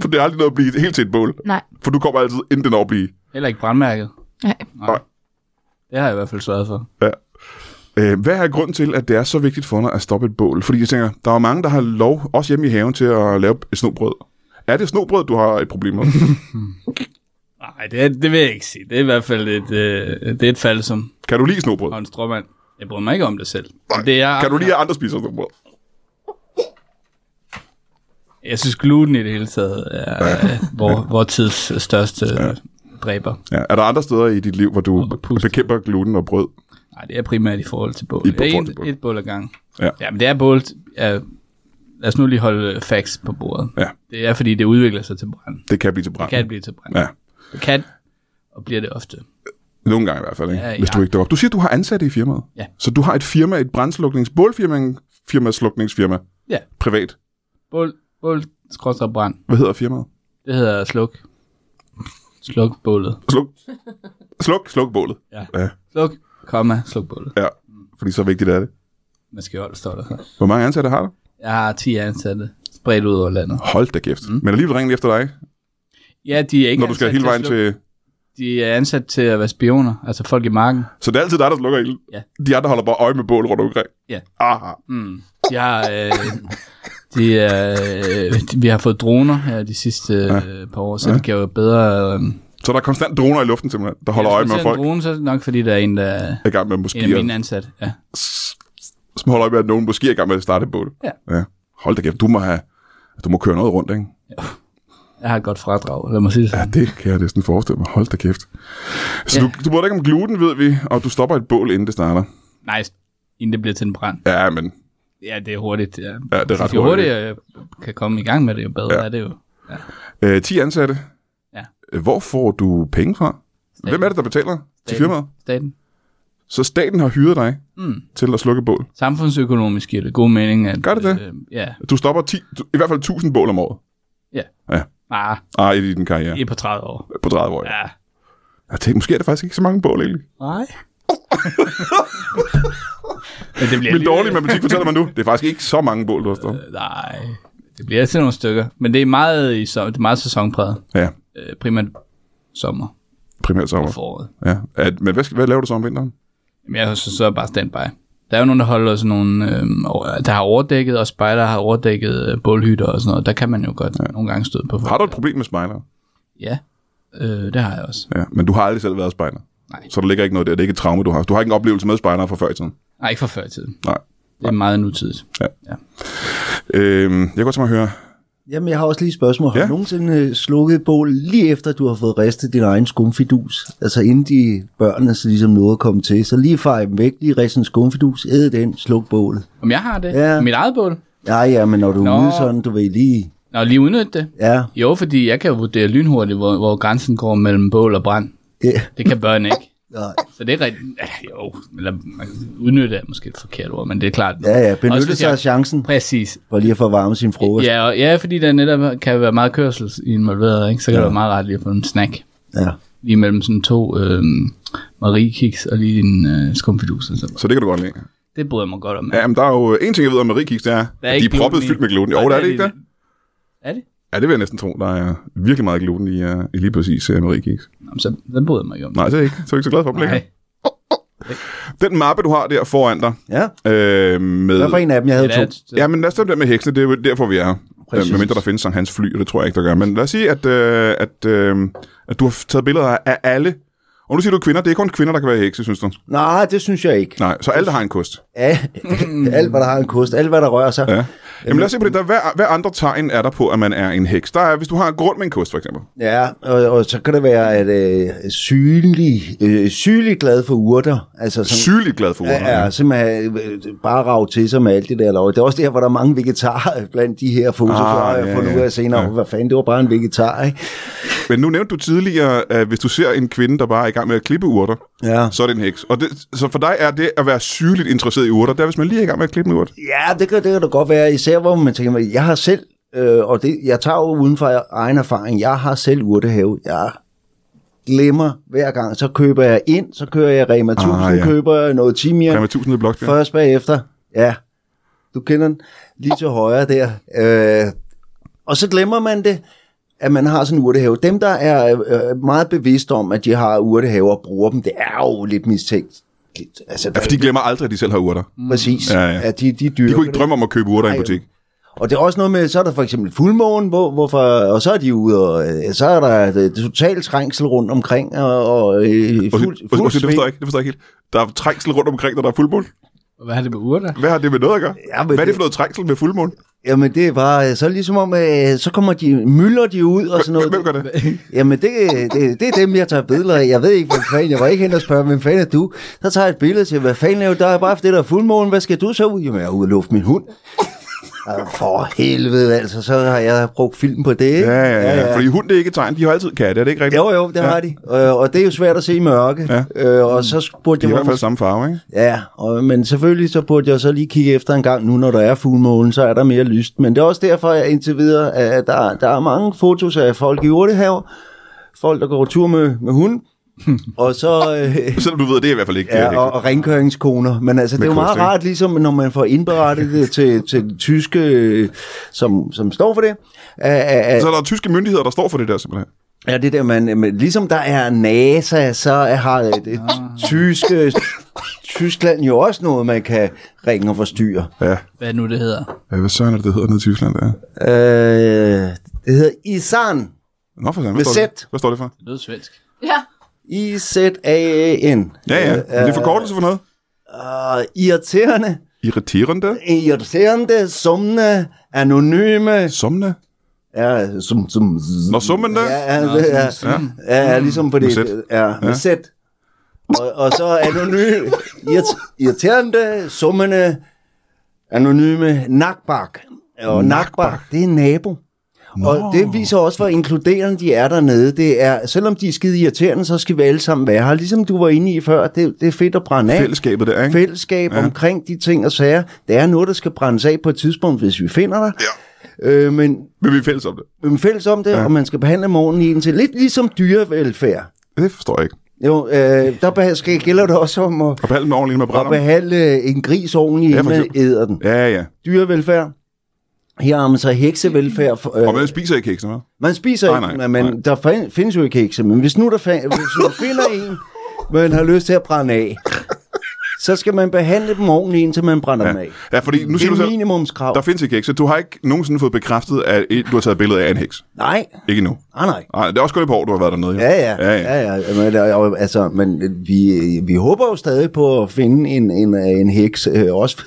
[SPEAKER 1] For det er aldrig noget at blive helt til et bål,
[SPEAKER 2] Nej,
[SPEAKER 1] for du kommer altid, inden den når at blive.
[SPEAKER 4] Heller ikke brandmærket.
[SPEAKER 2] nej.
[SPEAKER 1] Nej.
[SPEAKER 4] Nej. Det har jeg i hvert fald sørget for.
[SPEAKER 1] Øh, hvad er grunden til, at det er så vigtigt for dig at stoppe et bål? Fordi jeg tænker, der er jo mange, der har lov, også hjemme i haven, til at lave et snobrød. Er det snobrød, du har et problem med?
[SPEAKER 4] Nej, det, er, det vil jeg ikke sige. Det er i hvert fald et, øh, det er et falsum
[SPEAKER 1] kan du lide snobrød?
[SPEAKER 4] og en stråmand. Jeg bryder mig ikke om det selv. Det er,
[SPEAKER 1] Kan du lige at andre spiser snobrød?
[SPEAKER 4] Jeg synes, gluten i det hele taget er ja. vor, vor tids største ja. dræber.
[SPEAKER 1] Ja. Er der andre steder i dit liv, hvor du
[SPEAKER 4] Og pust.
[SPEAKER 1] bekæmper gluten og brød?
[SPEAKER 4] Nej, det er primært i forhold til bål.
[SPEAKER 1] I
[SPEAKER 4] Det er
[SPEAKER 1] forhold til
[SPEAKER 4] en,
[SPEAKER 1] bål.
[SPEAKER 4] et bål ad gang.
[SPEAKER 1] Ja.
[SPEAKER 4] ja, men det er bål. Ja, lad os nu lige holde øh, facts på bordet.
[SPEAKER 1] Ja.
[SPEAKER 4] Det er, fordi det udvikler sig til brand.
[SPEAKER 1] Det kan blive til brand.
[SPEAKER 4] Det kan blive til brand.
[SPEAKER 1] Ja.
[SPEAKER 4] Det kan, og bliver det ofte.
[SPEAKER 1] Nogle gange i hvert fald, ikke?
[SPEAKER 4] Ja,
[SPEAKER 1] hvis
[SPEAKER 4] ja.
[SPEAKER 1] du ikke dukker op. Du siger, du har ansatte i firmaet.
[SPEAKER 4] Ja.
[SPEAKER 1] Så du har et firma, et brandsluknings, bålfirma, en firmaslukningsfirma,
[SPEAKER 4] Ja,
[SPEAKER 1] privat.
[SPEAKER 4] bål, bål, skråstrej brand.
[SPEAKER 1] Hvad hedder firmaet?
[SPEAKER 4] Det hedder sluk. Sluk bålet.
[SPEAKER 1] Sluk. Sluk, sluk bålet.
[SPEAKER 4] Ja.
[SPEAKER 1] ja.
[SPEAKER 4] Sluk, komma, sluk bålet.
[SPEAKER 1] ja. Fordi så vigtigt er det.
[SPEAKER 4] Man skal holde, står der så.
[SPEAKER 1] Hvor mange ansatte har du?
[SPEAKER 4] Jeg har 10 ansatte, spredt ud over landet.
[SPEAKER 1] Hold da kæft. Mm. Men alligevel ringer de efter dig,
[SPEAKER 4] Ja, de er ikke
[SPEAKER 1] når du skal
[SPEAKER 4] ansat
[SPEAKER 1] hele
[SPEAKER 4] at
[SPEAKER 1] vejen
[SPEAKER 4] slukke.
[SPEAKER 1] til...
[SPEAKER 4] De er ansat til at være spioner, altså folk i marken.
[SPEAKER 1] Så det er altid dig, der slukker ilden.
[SPEAKER 4] Ja.
[SPEAKER 1] De andre holder bare øje med bål rundt omkring.
[SPEAKER 4] Ja.
[SPEAKER 1] Aha.
[SPEAKER 4] Mm. De har, øh, de er, øh, de, vi har fået droner her de sidste øh, par år, så ja. de kan jo bedre... Øh,
[SPEAKER 1] Så der er konstant droner i luften simpelthen, der holder
[SPEAKER 4] hvis
[SPEAKER 1] øje
[SPEAKER 4] man
[SPEAKER 1] med
[SPEAKER 4] ser en
[SPEAKER 1] folk.
[SPEAKER 4] Drone, så er det nok, fordi der er en, der er
[SPEAKER 1] Er i gang med måske
[SPEAKER 4] en af
[SPEAKER 1] at-
[SPEAKER 4] mine ansatte. Ja.
[SPEAKER 1] som holder øje med, at nogen måske er i gang med at starte et bål.
[SPEAKER 4] Ja.
[SPEAKER 1] ja. Hold da kæft, du må, have, du må køre noget rundt, ikke?
[SPEAKER 4] Jeg har et godt fradrag, lad mig sige det sådan.
[SPEAKER 1] det kan jeg næsten forestille mig. Hold da kæft. Så
[SPEAKER 4] Ja.
[SPEAKER 1] ja. du, du bryder dig ikke om gluten, ved vi, og du stopper et bål, inden det starter.
[SPEAKER 4] Ja. Nice, inden det bliver til en brand.
[SPEAKER 1] Ja, men
[SPEAKER 4] Ja, det er hurtigt. Ja,
[SPEAKER 1] ja, det er ret hurtigt.
[SPEAKER 4] jo hurtigere jeg kan komme i gang med det, jo bedre
[SPEAKER 1] Ja.
[SPEAKER 4] ja. er det jo.
[SPEAKER 1] Øh, 10 ansatte. Øh,
[SPEAKER 4] Ja.
[SPEAKER 1] Hvor får du penge fra? Hvem er det, der betaler til
[SPEAKER 4] Staten.
[SPEAKER 1] firmaet?
[SPEAKER 4] Staten.
[SPEAKER 1] Så staten har hyret dig
[SPEAKER 4] Mm.
[SPEAKER 1] til at slukke et bål.
[SPEAKER 4] Samfundsøkonomisk giver det god mening. At,
[SPEAKER 1] Gør det det?
[SPEAKER 4] Øh, ja.
[SPEAKER 1] Du stopper 10, du- i hvert fald 1000 bål om året.
[SPEAKER 4] Ah,
[SPEAKER 1] Ah, i din karriere.
[SPEAKER 4] et på 30 år.
[SPEAKER 1] På 30 år. Ja.
[SPEAKER 4] Ja.
[SPEAKER 1] Jeg tænkte, måske er det faktisk ikke så mange bål, egentlig.
[SPEAKER 4] Nej. Men det bliver
[SPEAKER 1] Min
[SPEAKER 4] alligevel-
[SPEAKER 1] dårlige matematik fortæller mig nu, det er faktisk ikke så mange bål, der står.
[SPEAKER 4] Nej, det bliver til nogle stykker. Men det er meget, i som, det er meget sæsonpræget.
[SPEAKER 1] Ja,
[SPEAKER 4] Øh, primært sommer
[SPEAKER 1] primært sommer.
[SPEAKER 4] og foråret.
[SPEAKER 1] Ja, at, men hvad, hvad laver du så om vinteren?
[SPEAKER 4] Men jeg synes, så er bare standby. Der er jo nogen, der holder sådan nogle, øh, der har overdækket, og spejder har overdækket øh, bålhytter og sådan noget. Der kan man jo godt ja. nogle gange støde på folk.
[SPEAKER 1] Har du et problem med spejder?
[SPEAKER 4] Ja, øh, det har jeg også.
[SPEAKER 1] Ja, men du har aldrig selv været spejder.
[SPEAKER 4] Nej.
[SPEAKER 1] Så der ligger ikke noget der. Det er ikke et traume, du har. Du har ikke en oplevelse med spejdere fra før i tiden.
[SPEAKER 4] Nej, ikke fra før i tiden.
[SPEAKER 1] Nej.
[SPEAKER 4] Det er meget nutidigt.
[SPEAKER 1] Øhm, jeg kunne godt tænke mig at høre.
[SPEAKER 3] Jamen, jeg har også lige et spørgsmål. Har
[SPEAKER 1] Ja.
[SPEAKER 3] du nogensinde øh, slukket et bål, lige efter du har fået ristet din egen skumfidus? Altså inden de børnene så ligesom nåede at komme til. Så lige far dem væk, lige rist en skumfidus, æd den, sluk bålet.
[SPEAKER 4] Om jeg har det?
[SPEAKER 3] Ja.
[SPEAKER 4] Mit eget bål?
[SPEAKER 3] Ja, ja, men når du er
[SPEAKER 4] Nå.
[SPEAKER 3] ude sådan, du ved lige...
[SPEAKER 4] Nå, lige udnytte det.
[SPEAKER 3] Ja,
[SPEAKER 4] Jo, fordi jeg kan jo vurdere lynhurtigt, hvor, hvor grænsen går mellem bål og brand.
[SPEAKER 3] det,
[SPEAKER 4] Det kan børn ikke.
[SPEAKER 3] nej.
[SPEAKER 4] Så det er rigtigt. Ja, jo, eller man kan udnytte er måske et forkert ord, men det er klart.
[SPEAKER 3] ja, ja,
[SPEAKER 4] Også
[SPEAKER 3] benytte
[SPEAKER 4] hvis
[SPEAKER 3] sig af
[SPEAKER 4] jeg-
[SPEAKER 3] chancen
[SPEAKER 4] Præcis.
[SPEAKER 3] for lige at få varmet sin frokost.
[SPEAKER 4] Ja, og, ja, fordi der netop kan være meget kørsel involveret, ikke? så kan
[SPEAKER 3] Ja.
[SPEAKER 4] ja. det være meget rart lige at få en snack.
[SPEAKER 3] Ja.
[SPEAKER 4] Lige mellem sådan to øh, mariekiks og lige en øh, skumfidus. og sådan.
[SPEAKER 1] Så det kan du godt lide.
[SPEAKER 4] Det bryder jeg mig godt om.
[SPEAKER 1] Ja, men der er jo øh, en ting, jeg ved om Marie Kiks, det er,
[SPEAKER 4] Der
[SPEAKER 1] at de
[SPEAKER 4] ikke
[SPEAKER 1] er proppet
[SPEAKER 4] gluten i.
[SPEAKER 1] fyldt med gluten. Jo,
[SPEAKER 4] Nej,
[SPEAKER 1] der er det ikke
[SPEAKER 4] de-
[SPEAKER 1] der.
[SPEAKER 4] Er det?
[SPEAKER 1] Ja, det vil jeg næsten tro. Der er virkelig meget gluten i, uh, i lige præcis uh, Marie Kiks.
[SPEAKER 4] Jamen, så, så bryder jeg mig ikke om det.
[SPEAKER 1] Nej, det er jeg ikke. Så er jeg ikke så glad for dem længere.
[SPEAKER 4] Nej.
[SPEAKER 1] Den mappe, du har der foran dig,
[SPEAKER 3] ja.
[SPEAKER 1] øh, med...
[SPEAKER 3] Hvad for en af dem? Jeg havde
[SPEAKER 4] Det er
[SPEAKER 3] to.
[SPEAKER 4] et-
[SPEAKER 1] Ja, men lad os tage den med heksene, det er jo derfor, vi er her.
[SPEAKER 3] Præcis.
[SPEAKER 1] Øh, Medmindre der findes Sankt Hans fly, og det tror jeg ikke, der gør. Men lad os sige, at, øh, at, øh, at du har taget billeder af alle. Og nu siger du kvinder, det er kun kvinder, der kan være hekse, synes du?
[SPEAKER 3] Nej, det synes jeg ikke.
[SPEAKER 1] Nej, så alle, der har en kost.
[SPEAKER 3] Ja.
[SPEAKER 4] Mm.
[SPEAKER 3] alt, hvad der har en kost, alt, hvad der rører sig.
[SPEAKER 1] Ja. Jamen lad os se på det der. Hvad, hvad andre tegn er der på, at man er en heks? Der er, hvis du har en grund med en kost, for eksempel.
[SPEAKER 3] Ja, og, og så kan det være, at øh, synlig, øh, sygelig glad for urter. Altså sådan,
[SPEAKER 1] Sygeligt glad for urter.
[SPEAKER 3] Ja, ja, simpelthen øh, bare rave til sig med alt det der lov. Det er også der, hvor der er mange vegetarer blandt de her fotografer,
[SPEAKER 1] Ah,
[SPEAKER 3] ah, jeg
[SPEAKER 1] ja,
[SPEAKER 3] har fundet
[SPEAKER 1] ja.
[SPEAKER 3] ud af senere.
[SPEAKER 1] Ja.
[SPEAKER 3] Ja. Hvad fanden, det var bare en vegetar, ikke?
[SPEAKER 1] Men nu nævnte du tidligere, at hvis du ser en kvinde, der bare er i gang med at klippe urter,
[SPEAKER 3] Ja.
[SPEAKER 1] så er det en heks. Og det, så for dig er det at være sygeligt interesseret i urter, det er, hvis man lige er i gang med at klippe en urte.
[SPEAKER 3] Ja, det kan, det kan da godt være, især hvor man tænker, "Men jeg har selv, øh, og det, jeg tager jo uden for egen erfaring, jeg har selv urtehave, jeg glemmer hver gang, så køber jeg ind, så kører jeg Rema 1000, ah,
[SPEAKER 1] ja.
[SPEAKER 3] ja. køber jeg noget
[SPEAKER 1] Ja.
[SPEAKER 3] timian,
[SPEAKER 1] Kan tusind i blokspil?
[SPEAKER 3] Først bagefter, ja. Du kender den lige til højre der. Øh, og så glemmer man det, at man har sådan en urtehave. Dem, der er øh, meget bevidste om, at de har urtehaver og bruger dem, det er jo lidt mistænkt. Lidt, Altså,
[SPEAKER 1] Ja,
[SPEAKER 3] der,
[SPEAKER 1] for de glemmer aldrig, at de selv har urter.
[SPEAKER 3] præcis.
[SPEAKER 1] Ja, ja.
[SPEAKER 3] At de, de, dyrker
[SPEAKER 1] De kunne ikke
[SPEAKER 3] det.
[SPEAKER 1] drømme om at købe urter i en
[SPEAKER 3] Nej,
[SPEAKER 1] butik.
[SPEAKER 3] Og det er også noget med, så er der for eksempel fuldmånen, hvor, hvorfor, og så er de ude, og øh, så er der øh, total trængsel rundt omkring, og, og øh,
[SPEAKER 1] Og,
[SPEAKER 3] fuld,
[SPEAKER 1] og, og,
[SPEAKER 3] fuld
[SPEAKER 1] det forstår
[SPEAKER 3] sving.
[SPEAKER 1] jeg ikke. Det forstår jeg ikke helt. Der er trængsel rundt omkring, når der er fuldmåne.
[SPEAKER 4] Hvad har det med urter?
[SPEAKER 1] Hvad har det med noget at gøre?
[SPEAKER 3] Ja, men
[SPEAKER 1] Hvad er det
[SPEAKER 3] det-
[SPEAKER 1] for noget trængsel med fuldmåne?
[SPEAKER 3] Jamen det er bare, øh, så er det ligesom om, øh, så kommer de, mylder de ud og sådan noget.
[SPEAKER 1] Hvem gør det?
[SPEAKER 3] Jamen, det, det, det er dem, jeg tager billeder af. Jeg ved ikke, hvem fanden. Jeg var ikke hen og spørge, hvem fanden er du? Så tager jeg et billede til, hvad fanden laver du? Der er bare for det der er fuldmåne. Hvad skal du så ud? Jamen, jeg er ude og lufte min hund. Ah, For helvede, altså. Så har jeg brugt film på det, ikke?
[SPEAKER 1] Ja, ja, ja. ja. Fordi hunden er ikke et tegn. De har altid katte, er det ikke rigtigt?
[SPEAKER 3] Jo, jo, det har de. Øh, Og det er jo svært at se i mørke.
[SPEAKER 1] Ja.
[SPEAKER 3] Ja. Og så burde
[SPEAKER 1] De er
[SPEAKER 3] jeg...
[SPEAKER 1] i hvert fald samme farve, ikke?
[SPEAKER 3] Ja, og, men selvfølgelig så burde jeg så lige kigge efter en gang nu, når der er fuldmånen, så er der mere lyst. Men det er også derfor, jeg indtil videre, at der, der er mange fotos af folk i urtehaver, folk, der går tur med, med hunden, og så... Øh,
[SPEAKER 1] Selvom du ved, det er i hvert fald ikke.
[SPEAKER 3] Ja,
[SPEAKER 1] øh,
[SPEAKER 3] og, og rengøringskoner. Men altså, det er jo
[SPEAKER 1] kost,
[SPEAKER 3] meget
[SPEAKER 1] ikke?
[SPEAKER 3] rart, ligesom når man får indberettet det til, til det tyske, øh, som, som står for det. At, at,
[SPEAKER 1] Så er der tyske myndigheder, der står for det der simpelthen.
[SPEAKER 3] Ja, det der, man, men ligesom der er NASA, så er- har det det tyske, øh, Tyskland jo også noget, man kan ringe og forstyrre.
[SPEAKER 1] Ja.
[SPEAKER 4] Hvad er det nu, det hedder?
[SPEAKER 1] ja hvad søren er det, det hedder nede i Tyskland der?
[SPEAKER 3] Øh, det hedder ISAN.
[SPEAKER 1] Nå, for sandt. Hvad,
[SPEAKER 3] Med
[SPEAKER 1] står det?
[SPEAKER 3] Z.
[SPEAKER 1] hvad står det for?
[SPEAKER 4] Det lyder svensk.
[SPEAKER 2] Ja.
[SPEAKER 3] I-Z-A-N.
[SPEAKER 1] Ja, ja. Men det er forkortelse for noget.
[SPEAKER 3] Uh, Øh, irriterende.
[SPEAKER 1] Irriterende.
[SPEAKER 3] Irriterende, summende, anonyme.
[SPEAKER 1] Somne.
[SPEAKER 3] Ja, som, som,
[SPEAKER 1] Nå, summende.
[SPEAKER 3] Ja, ja, det er,
[SPEAKER 1] Ja.
[SPEAKER 3] ja, ja, ligesom fordi...
[SPEAKER 1] Med
[SPEAKER 3] det
[SPEAKER 1] sæt.
[SPEAKER 3] Ja, med
[SPEAKER 1] Ja.
[SPEAKER 3] sæt. Og, og så anonyme, irrit- irriterende, summende, anonyme, nakbak. Og nakbak, det er nabo. Og det viser også, hvor inkluderende de er dernede. Det er, selvom de er skide irriterende, så skal vi alle sammen være her. Ligesom du var inde i før, det, det er fedt at brænde af
[SPEAKER 1] Fællesskabet der, ikke?
[SPEAKER 3] fællesskab
[SPEAKER 1] Ja.
[SPEAKER 3] ja. omkring de ting og sager. Det er noget, der skal brændes af på et tidspunkt, hvis vi finder dig. Ja. Øh, men
[SPEAKER 1] Men vi er fælles om det.
[SPEAKER 3] men fælles om det, ja. og man skal behandle dem ordentligt indtil. Lidt ligesom dyrevelfærd.
[SPEAKER 1] Det forstår jeg ikke.
[SPEAKER 3] Jo, øh, der beh- skal, gælder det også om at,
[SPEAKER 1] Og behandle med ordentligt med
[SPEAKER 3] at
[SPEAKER 1] brænder.
[SPEAKER 3] behandle en gris ordentligt,
[SPEAKER 1] Ja,
[SPEAKER 3] ja,
[SPEAKER 1] for
[SPEAKER 3] inden man
[SPEAKER 1] eksempel.
[SPEAKER 3] æder den.
[SPEAKER 1] Ja, ja.
[SPEAKER 3] Dyrevelfærd. Her har man så heksevelfærd. For,
[SPEAKER 1] Og man
[SPEAKER 3] øh,
[SPEAKER 1] spiser ikke heksen, hva'?
[SPEAKER 3] man spiser
[SPEAKER 1] Nej,
[SPEAKER 3] nej, ikke,
[SPEAKER 1] nej,
[SPEAKER 3] nej, men
[SPEAKER 1] nej.
[SPEAKER 3] der fin- findes jo ikke hekse. Men hvis nu der fa- hvis du finder en, man har lyst til at brænde af, så skal man behandle dem ordentligt, indtil man brænder dem af.
[SPEAKER 1] Ja, fordi nu
[SPEAKER 3] Det
[SPEAKER 1] siger du
[SPEAKER 3] er
[SPEAKER 1] selv,
[SPEAKER 3] minimumskrav.
[SPEAKER 1] der findes ikke hekse. Du har ikke nogensinde fået bekræftet, at et- du har taget billede af en heks.
[SPEAKER 3] Nej,
[SPEAKER 1] Ikke endnu.
[SPEAKER 3] ah, nej.
[SPEAKER 1] Nej, det er også godt et par år, du har været dernede. jo.
[SPEAKER 3] Ja, ja.
[SPEAKER 1] ja, ja.
[SPEAKER 3] ja, ja. Men, øh, og, altså, men øh, vi, vi håber jo stadig på at finde en, en, øh, en heks. Øh, også,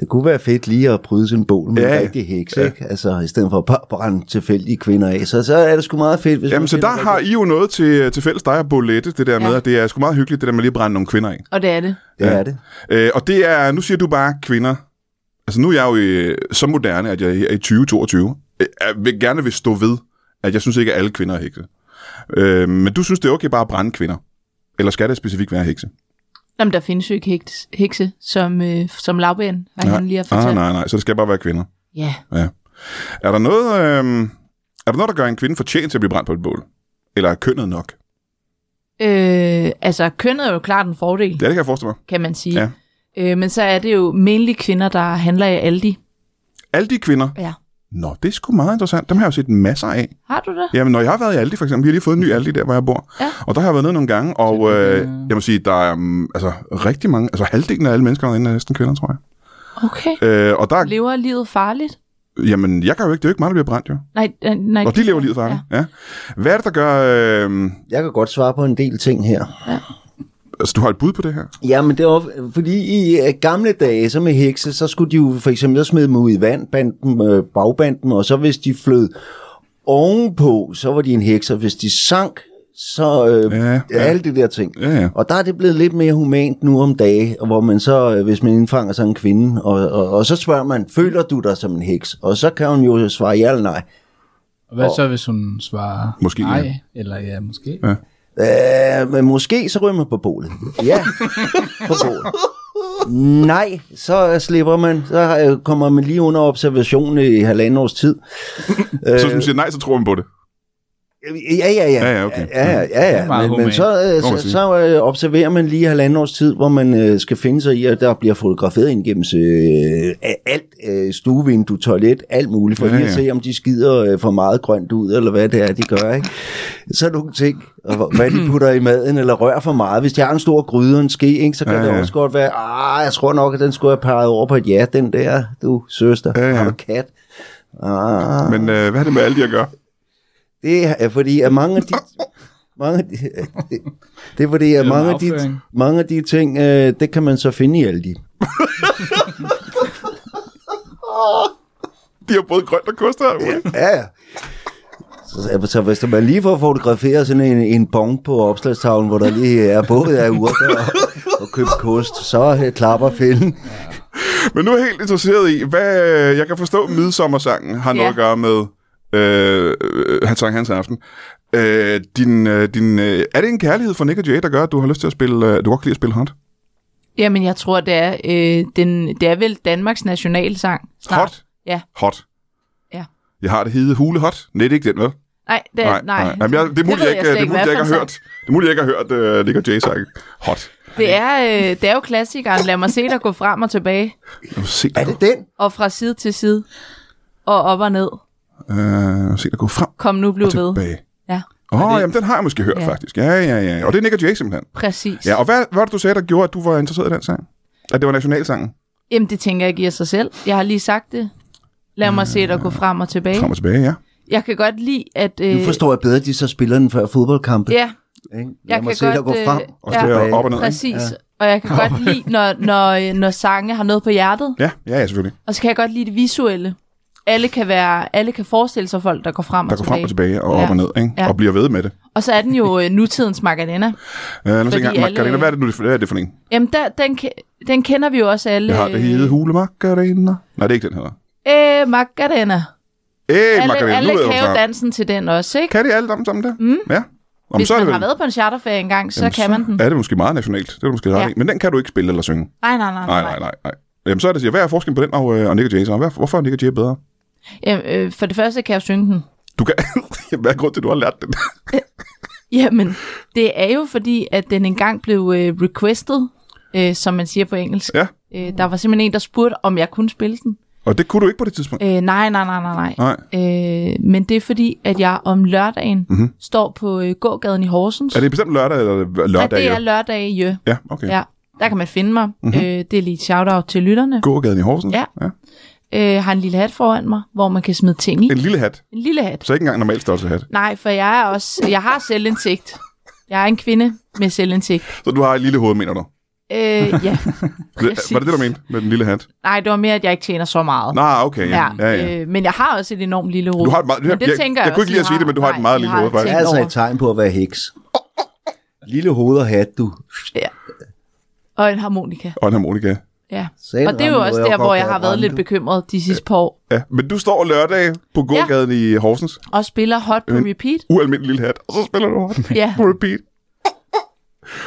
[SPEAKER 3] det kunne være fedt lige at bryde sin bål med
[SPEAKER 1] Ja,
[SPEAKER 3] ja,
[SPEAKER 1] ja.
[SPEAKER 3] en rigtig heks, ja. ikke? Altså, i stedet for bare at brænde tilfældige kvinder af. Så, så er det sgu meget fedt, hvis
[SPEAKER 1] Jamen,
[SPEAKER 3] man
[SPEAKER 1] så
[SPEAKER 3] finder
[SPEAKER 1] der
[SPEAKER 3] en
[SPEAKER 1] har I jo noget til, til fælles dig og Bolette, det der med,
[SPEAKER 2] Ja.
[SPEAKER 1] at det er sgu meget hyggeligt, det der med lige at brænde nogle kvinder af.
[SPEAKER 2] Og det er det.
[SPEAKER 3] rigtig- Det er det.
[SPEAKER 1] Øh, og det er, nu siger du bare kvinder. Altså nu er jeg jo øh, så moderne, at jeg er i 2022. Øh, Jeg vil gerne vil stå ved, at jeg synes ikke, at alle kvinder er hekse. Øh, men du synes, det er okay bare at brænde kvinder? Eller skal det specifikt være hekse?
[SPEAKER 2] Jamen, der findes jo ikke hekse, hekse som, øh, som lavbæn, har han lige har
[SPEAKER 1] ah,
[SPEAKER 2] fortalt.
[SPEAKER 1] nej, nej, så det skal bare være kvinder.
[SPEAKER 2] Ja,
[SPEAKER 1] Er der noget, øh, er der, noget der gør en kvinde fortjent til at blive brændt på et bål? Eller er kønnet nok?
[SPEAKER 2] øh, altså kønnet er jo klart en fordel,
[SPEAKER 1] Ja, det kan jeg forestille mig.
[SPEAKER 2] kan man sige.
[SPEAKER 1] Ja.
[SPEAKER 2] Øh, men så er det jo mainly kvinder, der handler i Aldi.
[SPEAKER 1] Alle de kvinder.
[SPEAKER 2] Ja.
[SPEAKER 1] Nå, det er sgu meget interessant. Dem har jeg jo set masser af.
[SPEAKER 2] Har du det?
[SPEAKER 1] Jamen, når jeg har været i Aldi, for eksempel, vi har lige fået en ny Aldi, der hvor jeg bor.
[SPEAKER 2] Ja.
[SPEAKER 1] Og der har jeg været nede nogle gange, og øh, jeg må sige, der er um, altså, rigtig mange, altså halvdelen af alle mennesker derinde er næsten kvinder, tror jeg.
[SPEAKER 2] Okay.
[SPEAKER 1] Øh, og der,
[SPEAKER 2] Lever livet farligt?
[SPEAKER 1] jamen, jeg kan jo ikke, det er jo ikke mig, der bliver brændt, jo.
[SPEAKER 2] Nej, øh, nej.
[SPEAKER 1] Og de lever livet farligt. Ja. ja. Hvad er det, der gør, øh,
[SPEAKER 3] Jeg kan godt svare på en del ting her.
[SPEAKER 1] altså du har et bud på det her?
[SPEAKER 3] Jamen, det var, fordi i øh, gamle dage, så med hekse, så skulle de jo for eksempel så smide dem ud i vand, bandt dem, øh, bagbandt dem, og så hvis de flød ovenpå, så var de en heks, og hvis de sank, så øh,
[SPEAKER 1] Ja,
[SPEAKER 3] ja,
[SPEAKER 1] ja.
[SPEAKER 3] ja. alle de der ting.
[SPEAKER 1] Ja, ja.
[SPEAKER 3] Og der er det blevet lidt mere humant nu om dage, hvor man så, øh, hvis man indfanger sådan en kvinde, og, og, og så spørger man, føler du dig som en heks? Og så kan hun jo svare ja eller nej.
[SPEAKER 4] Og hvad så, hvis hun svarer
[SPEAKER 1] Måske,
[SPEAKER 4] nej?
[SPEAKER 1] ja.
[SPEAKER 4] Eller ja, måske.
[SPEAKER 1] Ja.
[SPEAKER 3] Øh, men måske så ryger man på bålet. Ja, på bålet. Nej, så øh, slipper man. Så øh, kommer man lige under observation i halvanden års tid.
[SPEAKER 1] Øh, så hvis man siger nej, så tror man på det.
[SPEAKER 3] Øh, Ja, ja, ja.
[SPEAKER 1] Ja, ja, okay.
[SPEAKER 3] Ja, ja, ja,
[SPEAKER 4] er
[SPEAKER 3] ja.
[SPEAKER 4] meget
[SPEAKER 3] Men, men
[SPEAKER 4] humant,
[SPEAKER 3] så, øh,
[SPEAKER 1] må man
[SPEAKER 3] så,
[SPEAKER 1] sige.
[SPEAKER 3] så øh, observerer man lige halvanden års tid, hvor man øh, skal finde sig i, at der bliver fotograferet ind gennem øh, af alt, øh, stuevindue, toilet, alt muligt, for
[SPEAKER 1] Ja,
[SPEAKER 3] ja, lige
[SPEAKER 1] ja.
[SPEAKER 3] at se, om de skider øh, for meget grønt ud, eller hvad det er, de gør. Ikke? Så nogle ting, og hvor- hvad de putter i maden, eller rører for meget. Hvis de har en stor gryde og en ske, ikke, så kan
[SPEAKER 1] Ja,
[SPEAKER 3] ja,
[SPEAKER 1] ja.
[SPEAKER 3] det også godt være, ah, jeg tror nok, at den skulle have peget over på et ja, den der, du søster,
[SPEAKER 1] Ja,
[SPEAKER 3] ja,
[SPEAKER 1] ja.
[SPEAKER 3] ja. har du kat? Ah.
[SPEAKER 1] Men øh, hvad er det med alle de at gøre?
[SPEAKER 3] Det er fordi, at mange af de... Mange af de det, det er fordi, at
[SPEAKER 4] Eller
[SPEAKER 3] mange af, de,
[SPEAKER 4] afføring.
[SPEAKER 3] mange af de ting, øh, det kan man så finde i alle de.
[SPEAKER 1] De har både grønt og kost her. Ja.
[SPEAKER 3] Ja, ja. Så, så hvis man lige får fotograferet sådan en, en bong på opslagstavlen, hvor der lige er både af urter og, og købt kost, så øh, klapper fælden.
[SPEAKER 1] Men nu er jeg helt interesseret i, hvad øh, jeg kan forstå, midsommersangen har noget
[SPEAKER 2] Ja.
[SPEAKER 1] at gøre med øh, øh, Hans Sang Hans Aften. Øh, din, øh, din, øh, er det en kærlighed for Nick og Jay, der gør, at du har lyst til at spille, øh, du godt kan lide at spille hot?
[SPEAKER 2] Jamen, jeg tror, det er, øh, den, det er vel Danmarks nationalsang. Snart.
[SPEAKER 1] Hot?
[SPEAKER 2] Ja.
[SPEAKER 1] Hot.
[SPEAKER 2] Ja.
[SPEAKER 1] Jeg har det hede hule hot. Nej, det er ikke den, vel?
[SPEAKER 2] Nej, det er, nej. nej.
[SPEAKER 1] Jamen, jeg, det er muligt,
[SPEAKER 2] ved
[SPEAKER 1] jeg, ikke,
[SPEAKER 2] slet
[SPEAKER 1] det er muligt, jeg
[SPEAKER 2] hvad
[SPEAKER 1] ikke
[SPEAKER 2] for
[SPEAKER 1] har
[SPEAKER 2] en
[SPEAKER 1] hørt. Det er muligt, jeg ikke har hørt øh, Nick og Jay sang hot.
[SPEAKER 2] sang. Det er, øh, det er jo klassikeren, lad mig se dig gå frem og tilbage,
[SPEAKER 1] Jeg vil se
[SPEAKER 3] Er
[SPEAKER 1] dig,
[SPEAKER 3] det den?
[SPEAKER 2] og fra side til side, og op og ned.
[SPEAKER 1] øh, jeg vil se dig gå frem
[SPEAKER 2] Kom nu, bliv
[SPEAKER 1] og
[SPEAKER 2] ved.
[SPEAKER 1] tilbage.
[SPEAKER 2] Ja,
[SPEAKER 1] Åh, oh, jamen den har jeg måske hørt,
[SPEAKER 2] Ja.
[SPEAKER 1] faktisk. Ja, ja, ja. Og det er Nick og Jay simpelthen.
[SPEAKER 2] præcis.
[SPEAKER 1] Ja, og hvad, hvad var det, du sagde, der gjorde, at du var interesseret i den sang? At det var nationalsangen?
[SPEAKER 2] Jamen, det tænker jeg giver sig selv. Jeg har lige sagt det. Lad mig se dig gå frem og tilbage.
[SPEAKER 1] Frem og tilbage, ja.
[SPEAKER 2] Jeg kan godt lide, at... Øh,
[SPEAKER 3] Nu forstår jeg bedre, at de så spiller den før fodboldkampe.
[SPEAKER 2] Ja,
[SPEAKER 3] Ikke?
[SPEAKER 2] jeg
[SPEAKER 3] Lad
[SPEAKER 2] kan
[SPEAKER 3] mig se,
[SPEAKER 2] godt...
[SPEAKER 3] der går frem.
[SPEAKER 2] øh,
[SPEAKER 1] Og så ja, op og ned. ikke?
[SPEAKER 2] Præcis. Ja. Og jeg kan godt lide, når, når, øh, når sange har noget på hjertet.
[SPEAKER 1] Ja, ja, ja, selvfølgelig.
[SPEAKER 2] Og så kan jeg godt lide det visuelle. Alle kan, være, alle kan forestille sig folk, der går frem,
[SPEAKER 1] Der
[SPEAKER 2] og,
[SPEAKER 1] går
[SPEAKER 2] tilbage.
[SPEAKER 1] frem og tilbage, og op
[SPEAKER 2] Ja.
[SPEAKER 1] og ned, ikke?
[SPEAKER 2] Ja.
[SPEAKER 1] Og bliver ved med det.
[SPEAKER 2] og så er den jo øh, nutidens Magadena.
[SPEAKER 1] Uh, nu tænker jeg,
[SPEAKER 2] alle-
[SPEAKER 1] Macarena, hvad er det nu, hvad er det for en?
[SPEAKER 2] Jamen, der, den, ke- den kender vi jo også alle.
[SPEAKER 1] Jeg har det hele hule Macarena. Nej, det er ikke den her.
[SPEAKER 2] Øh, Magadena.
[SPEAKER 1] Æh,
[SPEAKER 2] Alle,
[SPEAKER 1] Macarena, nu
[SPEAKER 2] alle
[SPEAKER 1] ved jeg,
[SPEAKER 2] kan
[SPEAKER 1] hvor
[SPEAKER 2] jo
[SPEAKER 1] den er.
[SPEAKER 2] dansen til den også, ikke?
[SPEAKER 1] Kan de alle sammen sammen der? Mm. Ja. Om,
[SPEAKER 2] Hvis man har været på en charterferie engang, så kan man den.
[SPEAKER 1] Er det måske meget nationalt, det er du måske ret
[SPEAKER 2] Ja.
[SPEAKER 1] i. Men den kan du ikke spille eller synge.
[SPEAKER 2] Nej, nej, nej.
[SPEAKER 1] Nej, nej, nej. nej. Jamen, så er det, siger, hvad er forskellen på den og, øh, og Nick og Jay? Så? Hvad- Hvorfor er Nick og Jay bedre?
[SPEAKER 2] Jamen, øh, for det første kan jeg jo synge den.
[SPEAKER 1] Du kan... hvad er grunden til, at du har lært den?
[SPEAKER 2] Jamen, det er jo fordi, at den engang blev øh, requested, øh, som man siger på engelsk.
[SPEAKER 1] Ja.
[SPEAKER 2] Øh, der var simpelthen en, der spurgte, om jeg kunne spille den.
[SPEAKER 1] og det kunne du ikke på det tidspunkt.
[SPEAKER 2] Øh, nej, nej, nej, nej, nej.
[SPEAKER 1] Nej.
[SPEAKER 2] Øh, men det er fordi, at jeg om lørdagen mm-hmm. står på øh, gågaden i Horsens.
[SPEAKER 1] Mhm. Er det bestemt lørdag eller hva-
[SPEAKER 2] Nej,
[SPEAKER 1] lørdag?
[SPEAKER 2] det er
[SPEAKER 1] jo?
[SPEAKER 2] lørdag, jo.
[SPEAKER 1] Ja, okay. Ja.
[SPEAKER 2] Ja, der kan man finde mig. Mm-hmm. Øh, det er lige et shout-out til lytterne.
[SPEAKER 1] Gågaden i Horsens?
[SPEAKER 2] Ja.
[SPEAKER 1] ja.
[SPEAKER 2] Øh, har en lille hat foran mig, hvor man kan smide ting i.
[SPEAKER 1] En lille hat.
[SPEAKER 2] En lille hat.
[SPEAKER 1] Så ikke engang en normal størrelse hat.
[SPEAKER 2] Nej, for jeg er også, jeg har selvindsigt. Jeg er en kvinde med selvindsigt.
[SPEAKER 1] Så du har et lille hoved, mener du?
[SPEAKER 2] Øh, ja,
[SPEAKER 1] Præcis.
[SPEAKER 2] Præcis.
[SPEAKER 1] Var det det, du mente med den lille hat?
[SPEAKER 2] Nej, det var mere, at jeg ikke tjener så meget.
[SPEAKER 1] Nej, okay. Ja, ja, ja.
[SPEAKER 2] Øh, men jeg har også et enormt lille hoved.
[SPEAKER 1] Du har et meget-
[SPEAKER 2] men det
[SPEAKER 1] jeg-
[SPEAKER 2] tænker
[SPEAKER 1] jeg
[SPEAKER 2] jeg,
[SPEAKER 1] kunne ikke lige at sige det, men du har et meget lille hoved,
[SPEAKER 3] Det
[SPEAKER 1] faktisk.
[SPEAKER 3] er altså et tegn på at være heks. Lille hoved og hat, du.
[SPEAKER 2] Og en harmonika.
[SPEAKER 1] Og en harmonika.
[SPEAKER 2] Ja.
[SPEAKER 3] Sagen
[SPEAKER 2] Og det er jo
[SPEAKER 3] ramte,
[SPEAKER 2] også
[SPEAKER 3] hvor
[SPEAKER 2] der, hvor
[SPEAKER 3] godt
[SPEAKER 2] jeg
[SPEAKER 3] kan
[SPEAKER 2] har været
[SPEAKER 3] ramme
[SPEAKER 2] lidt
[SPEAKER 3] den.
[SPEAKER 2] bekymret de sidste par år.
[SPEAKER 1] Ja, men du står lørdag på gågaden ja. i Horsens.
[SPEAKER 2] Og spiller hot på
[SPEAKER 1] Men-
[SPEAKER 2] repeat.
[SPEAKER 1] Ualmindelig lille hat. Og så spiller du hot
[SPEAKER 2] Ja.
[SPEAKER 1] på repeat.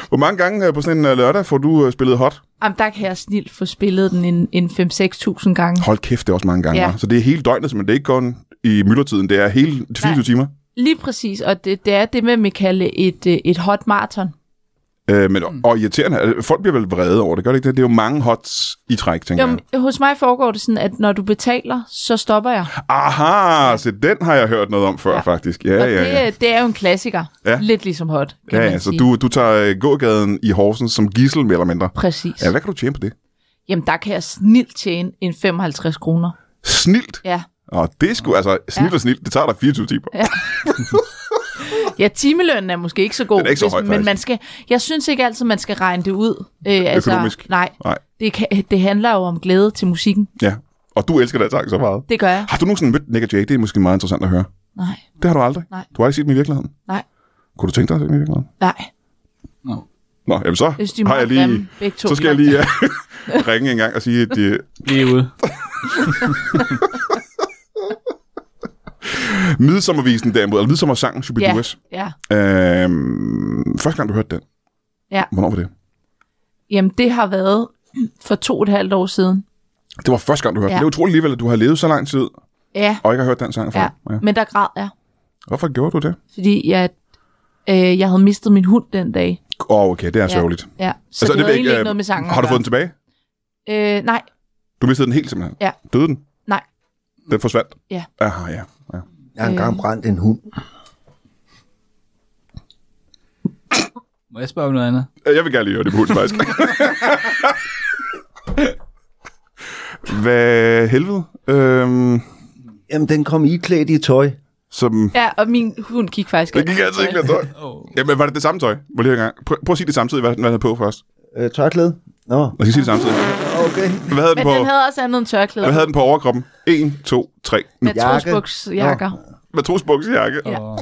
[SPEAKER 1] Hvor mange gange øh, på sådan en øh, lørdag får du øh, spillet hot?
[SPEAKER 2] Jamen, der kan jeg snilt få spillet den en, en 5-6.000 gange.
[SPEAKER 1] Hold kæft, det er også mange gange.
[SPEAKER 2] Ja.
[SPEAKER 1] Ja. Så det er hele døgnet, men det er ikke kun i myldretiden. Det er hele 24
[SPEAKER 2] Nej.
[SPEAKER 1] timer.
[SPEAKER 2] Lige præcis, og det, det er det, man vil kalde et, øh, et hot marathon.
[SPEAKER 1] Øh, men,
[SPEAKER 2] Mm.
[SPEAKER 1] og irriterende. Altså, Folk bliver vel vrede over det, gør det ikke det? Det er jo mange hots i træk, tænker jeg.
[SPEAKER 2] Jamen, hos mig foregår det sådan, at når du betaler, så stopper jeg.
[SPEAKER 1] Aha, så den har jeg hørt noget om før,
[SPEAKER 2] Ja.
[SPEAKER 1] ja. faktisk. Ja,
[SPEAKER 2] og
[SPEAKER 1] ja,
[SPEAKER 2] det,
[SPEAKER 1] ja.
[SPEAKER 2] øh, det er jo en klassiker.
[SPEAKER 1] Ja.
[SPEAKER 2] Lidt ligesom hot, kan
[SPEAKER 1] Ja,
[SPEAKER 2] man
[SPEAKER 1] ja, så
[SPEAKER 2] sige.
[SPEAKER 1] du, du tager øh, gågaden i Horsens som gissel, mere eller mindre.
[SPEAKER 2] Præcis.
[SPEAKER 1] Ja, hvad kan du tjene på det?
[SPEAKER 2] Jamen, der kan jeg snilt tjene en 55 kroner.
[SPEAKER 1] Snilt.
[SPEAKER 2] Ja.
[SPEAKER 1] Og det skulle altså, snilt
[SPEAKER 2] Ja.
[SPEAKER 1] og snilt, det tager dig 24 timer. Ja.
[SPEAKER 2] Ja, timelønnen er måske ikke så god,
[SPEAKER 1] Den er ikke så høj,
[SPEAKER 2] men
[SPEAKER 1] faktisk.
[SPEAKER 2] man skal, jeg synes ikke altid, man skal regne det ud. Øh,
[SPEAKER 1] Økonomisk.
[SPEAKER 2] Nej,
[SPEAKER 1] Nej.
[SPEAKER 2] det, kan, det handler jo om glæde til musikken.
[SPEAKER 1] ja. Og du elsker den sang så meget.
[SPEAKER 2] Det gør jeg.
[SPEAKER 1] Har du nogensinde mødt Nick og Jay? Det er måske meget interessant at høre.
[SPEAKER 2] Nej,
[SPEAKER 1] Det har du aldrig.
[SPEAKER 2] Nej.
[SPEAKER 1] Du har aldrig set dem i virkeligheden.
[SPEAKER 2] nej,
[SPEAKER 1] Kunne du tænke dig at se dem i virkeligheden?
[SPEAKER 2] nej.
[SPEAKER 1] Nå, jamen så
[SPEAKER 2] Jeg synes, de er
[SPEAKER 1] har jeg
[SPEAKER 2] meget
[SPEAKER 1] lige...
[SPEAKER 2] grimme, begge to.
[SPEAKER 1] så skal jeg lige ja, ringe en gang og sige, at øh, de...
[SPEAKER 4] Lige ude.
[SPEAKER 1] Midsommervisen derimod, eller Midsommersangen, Should Be
[SPEAKER 2] Ja,
[SPEAKER 1] yeah.
[SPEAKER 2] ja.
[SPEAKER 1] øhm, Første gang, du hørte den.
[SPEAKER 2] Ja.
[SPEAKER 1] Hvornår var det?
[SPEAKER 2] Jamen, det har været for to og et halvt år siden.
[SPEAKER 1] Det var første gang, du hørte
[SPEAKER 2] Ja.
[SPEAKER 1] den. Det er utroligt alligevel, at du har levet så lang tid,
[SPEAKER 2] Ja,
[SPEAKER 1] og ikke har hørt den sang før.
[SPEAKER 2] ja. men der græd jeg,
[SPEAKER 1] Hvorfor gjorde du det?
[SPEAKER 2] fordi jeg, øh, jeg havde mistet min hund den dag.
[SPEAKER 1] Åh, oh, okay, det er ja. sørgeligt.
[SPEAKER 2] Ja, så altså, det,
[SPEAKER 1] ved jeg
[SPEAKER 2] det havde egentlig
[SPEAKER 1] øh,
[SPEAKER 2] ikke noget med sangen
[SPEAKER 1] Har du
[SPEAKER 2] at
[SPEAKER 1] fået den tilbage?
[SPEAKER 2] gøre. Øh, nej,
[SPEAKER 1] Du mistede den helt simpelthen?
[SPEAKER 2] Ja.
[SPEAKER 1] Døde den?
[SPEAKER 2] nej.
[SPEAKER 1] Den forsvandt?
[SPEAKER 2] Ja.
[SPEAKER 1] Aha, ja. ja.
[SPEAKER 3] Jeg har
[SPEAKER 2] Øh.
[SPEAKER 3] engang brændt en hund.
[SPEAKER 4] Må jeg spørge om noget andet?
[SPEAKER 1] Øh, Jeg vil gerne lige høre det på hund, faktisk. Hvad helvede? Øhm,
[SPEAKER 3] Jamen, den kom iklædt i tøj.
[SPEAKER 1] som...
[SPEAKER 2] ja, og min hund gik faktisk
[SPEAKER 1] Det gik altså ikke med tøj.
[SPEAKER 4] Oh.
[SPEAKER 1] Jamen, var det det samme tøj? Må jeg lige høre en gang. Prøv, prøv at sige det samtidig, hvad, hvad den havde på først.
[SPEAKER 3] Øh, tørklæde? Nå,
[SPEAKER 1] Lad os sige det samtidig.
[SPEAKER 3] okay.
[SPEAKER 1] Hvad havde den
[SPEAKER 2] Men
[SPEAKER 1] på,
[SPEAKER 2] den havde også andet end tørklæde.
[SPEAKER 1] hvad havde den på overkroppen? 1, 2, 3.
[SPEAKER 2] Naturbuksjakker.
[SPEAKER 1] Matrosbuksejakke.
[SPEAKER 2] Ja.
[SPEAKER 1] Ja.
[SPEAKER 4] Oh.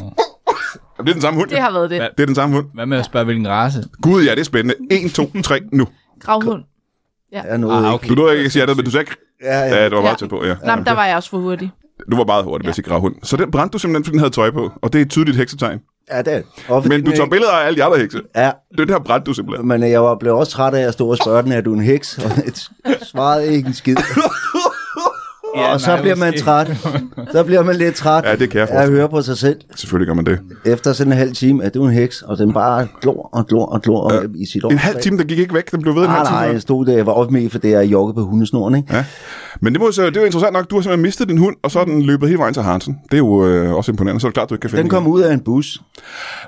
[SPEAKER 1] Det er den samme hund.
[SPEAKER 2] Det
[SPEAKER 1] Det,
[SPEAKER 2] har været det.
[SPEAKER 4] Hvad?
[SPEAKER 1] det er den samme hund.
[SPEAKER 4] Hvad med at spørge, hvilken race?
[SPEAKER 1] Gud, ja, det er spændende. 1, 2, 3, nu.
[SPEAKER 2] Gravhund.
[SPEAKER 3] Jeg nåede
[SPEAKER 4] Ah,
[SPEAKER 3] ikke.
[SPEAKER 4] okay.
[SPEAKER 1] Du nåede ikke at sige andet, men du sagde ikke...
[SPEAKER 3] Ja, ja.
[SPEAKER 1] Ja, det var meget
[SPEAKER 2] Ja.
[SPEAKER 1] tæt på, ja.
[SPEAKER 2] Nå, men der var jeg også for hurtig.
[SPEAKER 1] Du var meget hurtig, hvis ikke gravhund. Så den brændte du simpelthen, fordi den havde tøj på, og det er et tydeligt heksetegn.
[SPEAKER 3] ja det er det. Og fordi
[SPEAKER 1] Men du
[SPEAKER 3] den
[SPEAKER 1] tager
[SPEAKER 3] ikke-
[SPEAKER 1] billeder af alle de andre hekse.
[SPEAKER 3] Ja,
[SPEAKER 1] Det er det her brændte du simpelthen.
[SPEAKER 3] men jeg var blevet også træt af at stå og spørge den, er du en heks? Og jeg svarede ikke en skid.
[SPEAKER 4] Ja,
[SPEAKER 3] og så
[SPEAKER 4] nej,
[SPEAKER 3] bliver man
[SPEAKER 4] måske.
[SPEAKER 3] træt. Så bliver man lidt træt
[SPEAKER 1] Ja, det kan jeg
[SPEAKER 3] af at
[SPEAKER 1] forstå.
[SPEAKER 3] høre på sig selv.
[SPEAKER 1] Selvfølgelig gør man det.
[SPEAKER 3] Efter sådan en halv time, er du en heks? Og den bare glor og glor og glor ja. i sit år.
[SPEAKER 1] En halv time, der gik ikke væk. Den blev ved en
[SPEAKER 3] Nej,
[SPEAKER 1] halv time.
[SPEAKER 3] nej, jeg stod der, jeg var oppe med, for det er jogge på hundesnoren, ikke?
[SPEAKER 1] Ja. Men det, må, jo så, det er jo interessant nok. Du har simpelthen mistet din hund, og så er den løbet hele vejen til Hansen. Det er jo øh, også imponerende. Så er det klart, du ikke kan finde
[SPEAKER 3] Den kom ud af en bus.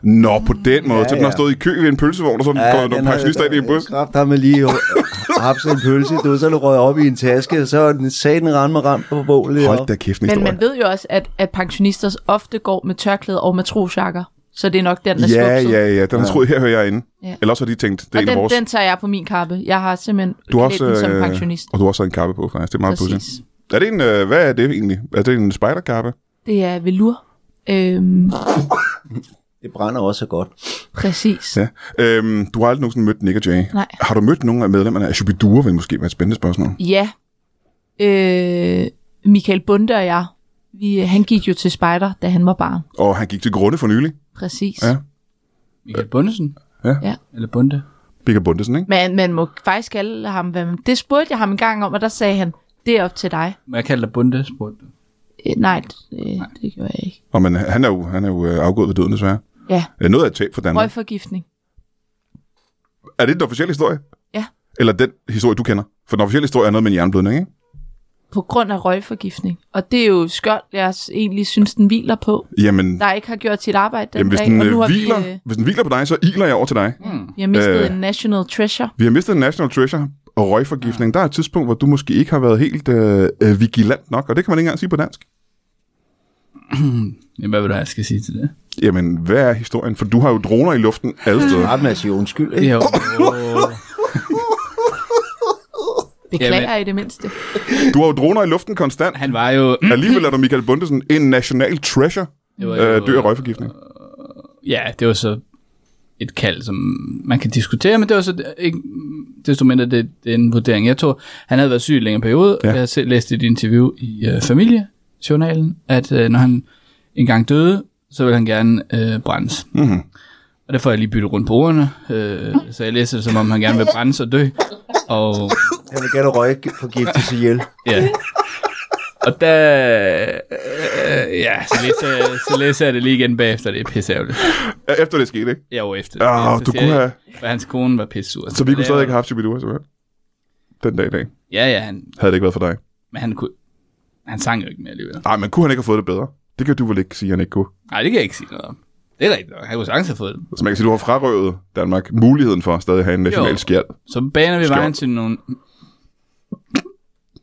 [SPEAKER 1] igen. Nå, på den måde. Ja,
[SPEAKER 3] Ja,
[SPEAKER 1] ja. Så den har
[SPEAKER 3] ja.
[SPEAKER 1] stået i kø ved en pølsevogn, og så ja, går nogle pensionister ind i en bus.
[SPEAKER 3] øh, Kraft har med lige hapset en pølse, du så er den røget op i en taske, og så er den saten rand med rand på bålet.
[SPEAKER 1] Hold da kæft, en
[SPEAKER 2] Men
[SPEAKER 1] historie.
[SPEAKER 2] man ved jo også, at, at pensionister ofte går med tørklæde og matrosjakker. Så det er nok den, der er
[SPEAKER 1] Ja,
[SPEAKER 2] snupset.
[SPEAKER 1] ja, ja. Den har troet, her hører jeg inde.
[SPEAKER 2] Ja.
[SPEAKER 1] Eller også har de tænkt, det er
[SPEAKER 2] Og
[SPEAKER 1] en af vores.
[SPEAKER 2] den, den tager jeg på min kappe. Jeg har simpelthen
[SPEAKER 1] du har
[SPEAKER 2] klædt den som
[SPEAKER 1] øh,
[SPEAKER 2] pensionist.
[SPEAKER 1] Og du har også en kappe på, faktisk. Det er meget
[SPEAKER 2] Præcis.
[SPEAKER 1] pudsigt. Er det en, øh, hvad er det egentlig? Er det en spiderkappe?
[SPEAKER 2] Det er velur. Øhm,
[SPEAKER 3] Det brænder også så godt.
[SPEAKER 2] præcis.
[SPEAKER 1] Ja. Øhm, du har aldrig nogensinde mødt Nick og Jay.
[SPEAKER 2] Nej.
[SPEAKER 1] Har du mødt nogen af medlemmerne af Shubidua, vil måske være et spændende spørgsmål.
[SPEAKER 2] Ja. Øh, Michael Bunde og jeg, vi, han gik jo til spejder, da han var barn.
[SPEAKER 1] Og han gik til grunde for nylig.
[SPEAKER 2] Præcis.
[SPEAKER 1] Ja.
[SPEAKER 4] Michael Bundesen?
[SPEAKER 1] Ja.
[SPEAKER 2] Ja.
[SPEAKER 4] Eller Bunde?
[SPEAKER 1] Bigger Bundesen, ikke?
[SPEAKER 2] Man, man må faktisk kalde ham, hvad man... Det spurgte jeg ham en gang om, og der sagde han, det er op til dig.
[SPEAKER 4] Må jeg kalde dig Bunde, spurgte du.
[SPEAKER 2] Øh, nej, øh, det gjorde jeg ikke.
[SPEAKER 1] Og men, han er jo, han er jo øh, afgået ved døden, desværre.
[SPEAKER 2] Ja,
[SPEAKER 1] Øh, Noget af et tab for Danmark.
[SPEAKER 2] røgforgiftning.
[SPEAKER 1] Er det den officielle historie?
[SPEAKER 2] Ja.
[SPEAKER 1] Eller den historie, du kender? For den officielle historie er noget med en jernblødning, ikke?
[SPEAKER 2] På grund af røgforgiftning. Og det er jo skørt, jeg s- egentlig synes, den hviler på.
[SPEAKER 1] Jamen,
[SPEAKER 2] Der ikke har gjort sit arbejde den
[SPEAKER 1] jamen hvis,
[SPEAKER 2] dag,
[SPEAKER 1] den,
[SPEAKER 2] og
[SPEAKER 1] øh,
[SPEAKER 2] nu har
[SPEAKER 1] hviler,
[SPEAKER 2] vi, øh,
[SPEAKER 1] hvis den hviler på dig, så iler jeg over til dig.
[SPEAKER 2] vi har mistet
[SPEAKER 1] Øh.
[SPEAKER 2] øh, en national treasure.
[SPEAKER 1] Vi har mistet en national treasure og røgforgiftning. Der er et tidspunkt, hvor du måske ikke har været helt øh, øh, vigilant nok, og det kan man ikke engang sige på dansk.
[SPEAKER 4] Jamen, hvad vil du have, jeg skal sige til det?
[SPEAKER 1] Jamen, hvad er historien? For du har jo droner i luften alle steder.
[SPEAKER 3] Bare med at sige altså, undskyld, ikke?
[SPEAKER 4] Jo.
[SPEAKER 2] Beklager
[SPEAKER 4] Jamen.
[SPEAKER 2] i det mindste.
[SPEAKER 1] Du har jo droner i luften konstant.
[SPEAKER 4] Han var jo...
[SPEAKER 1] Alligevel er du Michael Bundesen en national treasure,
[SPEAKER 4] Det var
[SPEAKER 1] øh, dør af røgforgiftning.
[SPEAKER 4] Ja, det var så et kald, som man kan diskutere, men det var så ikke, desto mindre det, det er en vurdering, jeg tog. Han havde været syg i en længere periode,
[SPEAKER 1] Ja.
[SPEAKER 4] ja. og jeg selv læste et interview i øh, familiejournalen, at øh, når han engang døde, så ville han gerne øh, brændes.
[SPEAKER 1] Mm-hmm.
[SPEAKER 4] Og der får jeg lige byttet rundt på ordene, øh, så jeg læser det, som om han gerne vil brændes og dø. Og
[SPEAKER 3] Han vil gerne røge forgiftes ihjel.
[SPEAKER 4] Ja. Og der... Øh, ja, så læser, jeg, så læser jeg det lige igen bagefter, det er pisseærgerligt.
[SPEAKER 1] Efter det skete, ikke?
[SPEAKER 4] Jeg var efter.
[SPEAKER 1] Ah,
[SPEAKER 4] så
[SPEAKER 1] du
[SPEAKER 4] siger
[SPEAKER 1] kunne
[SPEAKER 4] jeg,
[SPEAKER 1] have-
[SPEAKER 4] At hans kone var pissur.
[SPEAKER 1] Så vi kunne
[SPEAKER 4] det
[SPEAKER 1] stadig ikke
[SPEAKER 4] var-
[SPEAKER 1] have haft Shibidua, så Den dag i dag.
[SPEAKER 4] Ja, ja, han,
[SPEAKER 1] Havde det ikke været for dig.
[SPEAKER 4] men han kunne... Han sang jo ikke mere alligevel.
[SPEAKER 1] Nej, men kunne han ikke have fået det bedre? Det kan du vel ikke sige, han ikke kunne.
[SPEAKER 4] Nej, det kan jeg ikke sige noget om. Det er rigtigt nok. Han kunne sagtens have fået det.
[SPEAKER 1] Så man kan sige, du har frarøvet Danmark muligheden for at stadig have en national
[SPEAKER 4] Jo.
[SPEAKER 1] skjold.
[SPEAKER 4] Så baner vi
[SPEAKER 1] Skjold.
[SPEAKER 4] vejen til nogle...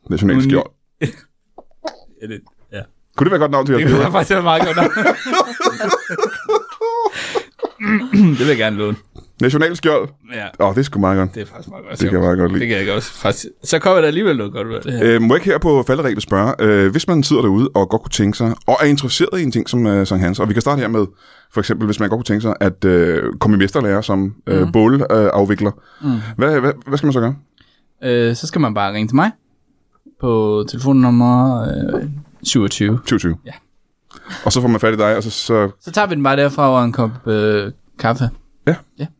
[SPEAKER 1] National
[SPEAKER 4] Uni-
[SPEAKER 1] skjold.
[SPEAKER 4] Ja, det, ja.
[SPEAKER 1] Kunne det være godt navn til
[SPEAKER 4] det
[SPEAKER 1] jeres
[SPEAKER 4] kunne
[SPEAKER 1] billeder?
[SPEAKER 4] jeg faktisk være meget godt nok. det vil jeg gerne låne.
[SPEAKER 1] National skjold.
[SPEAKER 4] Ja,
[SPEAKER 1] Åh, oh, det er sgu meget godt.
[SPEAKER 4] det er faktisk meget godt.
[SPEAKER 1] Det kan jeg meget godt lide.
[SPEAKER 4] Det kan jeg også. Faktisk. Så kommer der alligevel noget godt ud af det her.
[SPEAKER 1] Øh, må jeg ikke her på falderæbet spørge, øh, hvis man sidder derude og godt kunne tænke sig, og er interesseret i en ting som øh, Sankt Hans, og vi kan starte her med, for eksempel, hvis man godt kunne tænke sig at øh, komme i mesterlærer som øh,
[SPEAKER 4] Mhm.
[SPEAKER 1] mm. bålafvikler, mm. hvad, hvad, hvad skal man så gøre?
[SPEAKER 4] øh, så skal man bare ringe til mig på telefonnummer øh, 27.
[SPEAKER 1] 2020?
[SPEAKER 4] Ja.
[SPEAKER 1] Og så får man fat i dig, og så... så
[SPEAKER 4] Så tager vi den bare derfra over en kop øh, kaffe.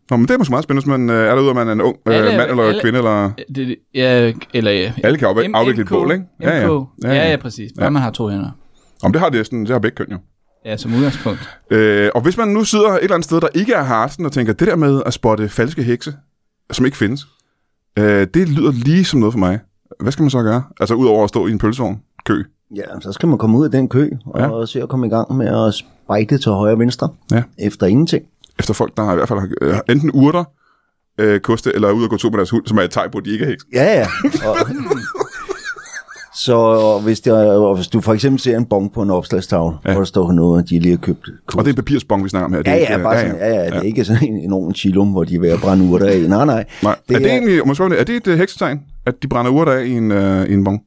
[SPEAKER 1] Nå, men det er måske meget spændende, hvis man øh, er derude, og man er en ung øh,
[SPEAKER 4] Alle-
[SPEAKER 1] mand eller
[SPEAKER 4] alle-
[SPEAKER 1] kvinde, eller...
[SPEAKER 4] Øh, Det, ja, eller ja.
[SPEAKER 1] Alle kan afvæ-
[SPEAKER 4] M-
[SPEAKER 1] afvikle et
[SPEAKER 4] MK,
[SPEAKER 1] bål, ikke?
[SPEAKER 4] Ja, ja. ja, ja, ja
[SPEAKER 1] ja.
[SPEAKER 4] præcis. Bare man har to hænder.
[SPEAKER 1] Om det har det sådan, det har begge køn jo.
[SPEAKER 4] Ja, som udgangspunkt.
[SPEAKER 1] Øh, og hvis man nu sidder et eller andet sted, der ikke er harsen, og tænker, det der med at spotte falske hekse, som ikke findes, øh, det lyder lige som noget for mig. Hvad skal man så gøre? Altså udover at stå i en pølsevogn, kø.
[SPEAKER 3] Ja, så skal man komme ud af den kø og se at komme i gang med at spejde til højre og venstre.
[SPEAKER 1] Ja.
[SPEAKER 3] Efter ingenting.
[SPEAKER 1] Efter folk, der har i hvert fald har, øh, enten urter, øh, koste, eller er ude og gå tur med deres hund, som er et tegn på, at de ikke er hekse.
[SPEAKER 3] Ja, ja. Og, så hvis, der, og hvis du for eksempel ser en bong på en opslagstavle, ja. hvor der står noget, de lige har købt.
[SPEAKER 1] Og det er en papirsbong, vi snakker om her. Det er
[SPEAKER 3] Ja,
[SPEAKER 1] ikke,
[SPEAKER 3] ja,
[SPEAKER 1] øh,
[SPEAKER 3] bare sådan, ja, ja, det er ikke sådan en enorm kilo, hvor de er ved at brænde urter af. Nej, nej.
[SPEAKER 1] Nej. Det er, er det egentlig, må jeg spørge, om det- er det et øh, heksetegn, at de brænder urter af i en, øh, i en bong?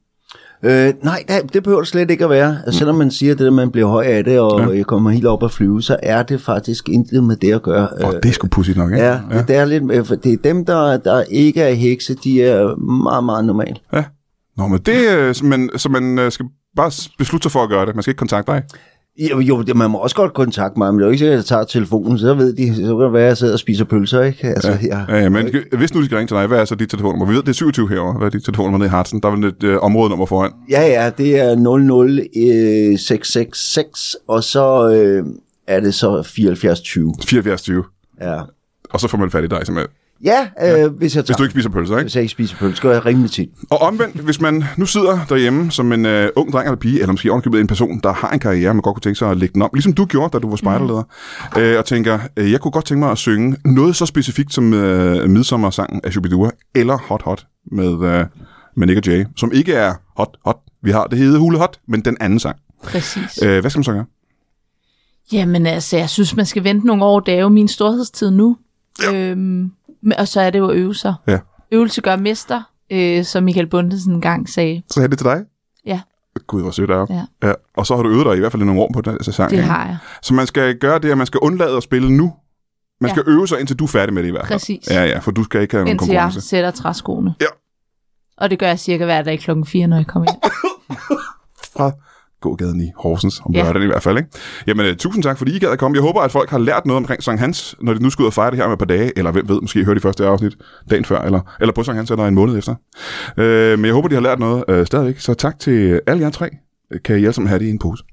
[SPEAKER 3] Øh, nej, det, det behøver det slet ikke at være.
[SPEAKER 1] Mm.
[SPEAKER 3] Selvom man siger, at det, der, man bliver høj af det, og ja. kommer helt op at flyve, så er det faktisk intet med det at gøre.
[SPEAKER 1] Åh, øh, det er sgu pudsigt nok, ikke?
[SPEAKER 3] Ja, ja. Det, er lidt, øh, for det er dem, der, der ikke er hekse, de er meget, meget normale.
[SPEAKER 1] ja. Nå, men det, øh, så man, så man øh, skal bare s- beslutte sig for at gøre det. Man skal ikke kontakte dig.
[SPEAKER 3] Jo, jo det, man må også godt kontakte mig, men det er jo ikke sikkert, at jeg tager telefonen, så ved de, så kan det være, at jeg sidder og spiser pølser, ikke? Altså, ja.
[SPEAKER 1] Ja, ja, men hvis nu de skal ringe til dig, hvad er så dit telefonnummer? Vi ved, det er 27 herovre. Hvad er dit telefonnummer nede i Hartsen? Der er vel et øh, områdenummer foran.
[SPEAKER 3] ja, ja, det er øh, 00666, og så øh, er det så 7420.
[SPEAKER 1] 7420.
[SPEAKER 3] Ja,
[SPEAKER 1] Og så får man fat i dig, simpelthen.
[SPEAKER 3] ja, øh, ja. hvis jeg
[SPEAKER 1] Hvis
[SPEAKER 3] tager,
[SPEAKER 1] du ikke spiser pølser, ikke?
[SPEAKER 3] hvis jeg ikke spiser pølser, så gør jeg rimelig tit.
[SPEAKER 1] Og omvendt, hvis man nu sidder derhjemme som en øh, ung dreng eller pige, eller måske ovenkøbet en person, der har en karriere, man godt kunne tænke sig at lægge den om, ligesom du gjorde, da du var spejderleder, øh, og tænker, øh, jeg kunne godt tænke mig at synge noget så specifikt som øh, midsommersangen af Shubidua, eller Hot Hot med, øh, med Nick og Jay, som ikke er Hot Hot, vi har det hedder Hule Hot, men den anden sang.
[SPEAKER 2] Præcis.
[SPEAKER 1] Øh, hvad skal man så gøre?
[SPEAKER 2] Jamen altså, jeg synes, man skal vente nogle år. Det er jo min storhedstid nu. Ja. Øhm, men- og så er det jo at øve sig.
[SPEAKER 1] Ja.
[SPEAKER 2] Øvelse gør mester, øh, som Michael Bundesen engang sagde.
[SPEAKER 1] Så er det til dig?
[SPEAKER 2] Ja.
[SPEAKER 1] Gud, hvor sødt det er.
[SPEAKER 2] Ja.
[SPEAKER 1] Ja. ja. Og så har du øvet dig i hvert fald i nogle år på den altså, sang.
[SPEAKER 2] Det
[SPEAKER 1] ikke?
[SPEAKER 2] har jeg.
[SPEAKER 1] Så man skal gøre det, at man skal undlade at spille nu. Man
[SPEAKER 2] Ja.
[SPEAKER 1] skal øve sig, indtil du er færdig med det i hvert fald.
[SPEAKER 2] Præcis.
[SPEAKER 1] Ja, ja, for du skal ikke have nogen
[SPEAKER 2] Indtil jeg
[SPEAKER 1] konkurrence.
[SPEAKER 2] sætter træskoene.
[SPEAKER 1] Ja.
[SPEAKER 2] Og det gør jeg cirka hver dag klokken 4, når jeg kommer hjem.
[SPEAKER 1] Fra gågaden i Horsens, om
[SPEAKER 2] Ja.
[SPEAKER 1] lørdagen i hvert fald. Ikke? Jamen, øh, tusind tak, fordi I gad at komme. Jeg håber, at folk har lært noget omkring Sankt Hans, når de nu skal ud og fejre det her med et par dage, eller hvem ved, måske hører de første afsnit dagen før, eller, eller på Sankt Hans, eller en måned efter. Øh, men jeg håber, de har lært noget øh, stadigvæk. Så tak til alle jer tre. Kan I alle sammen have det i en pose?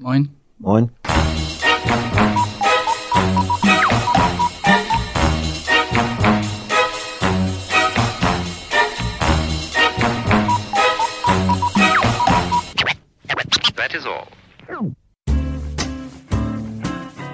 [SPEAKER 4] Moin.
[SPEAKER 3] Morgen.
[SPEAKER 5] That is all.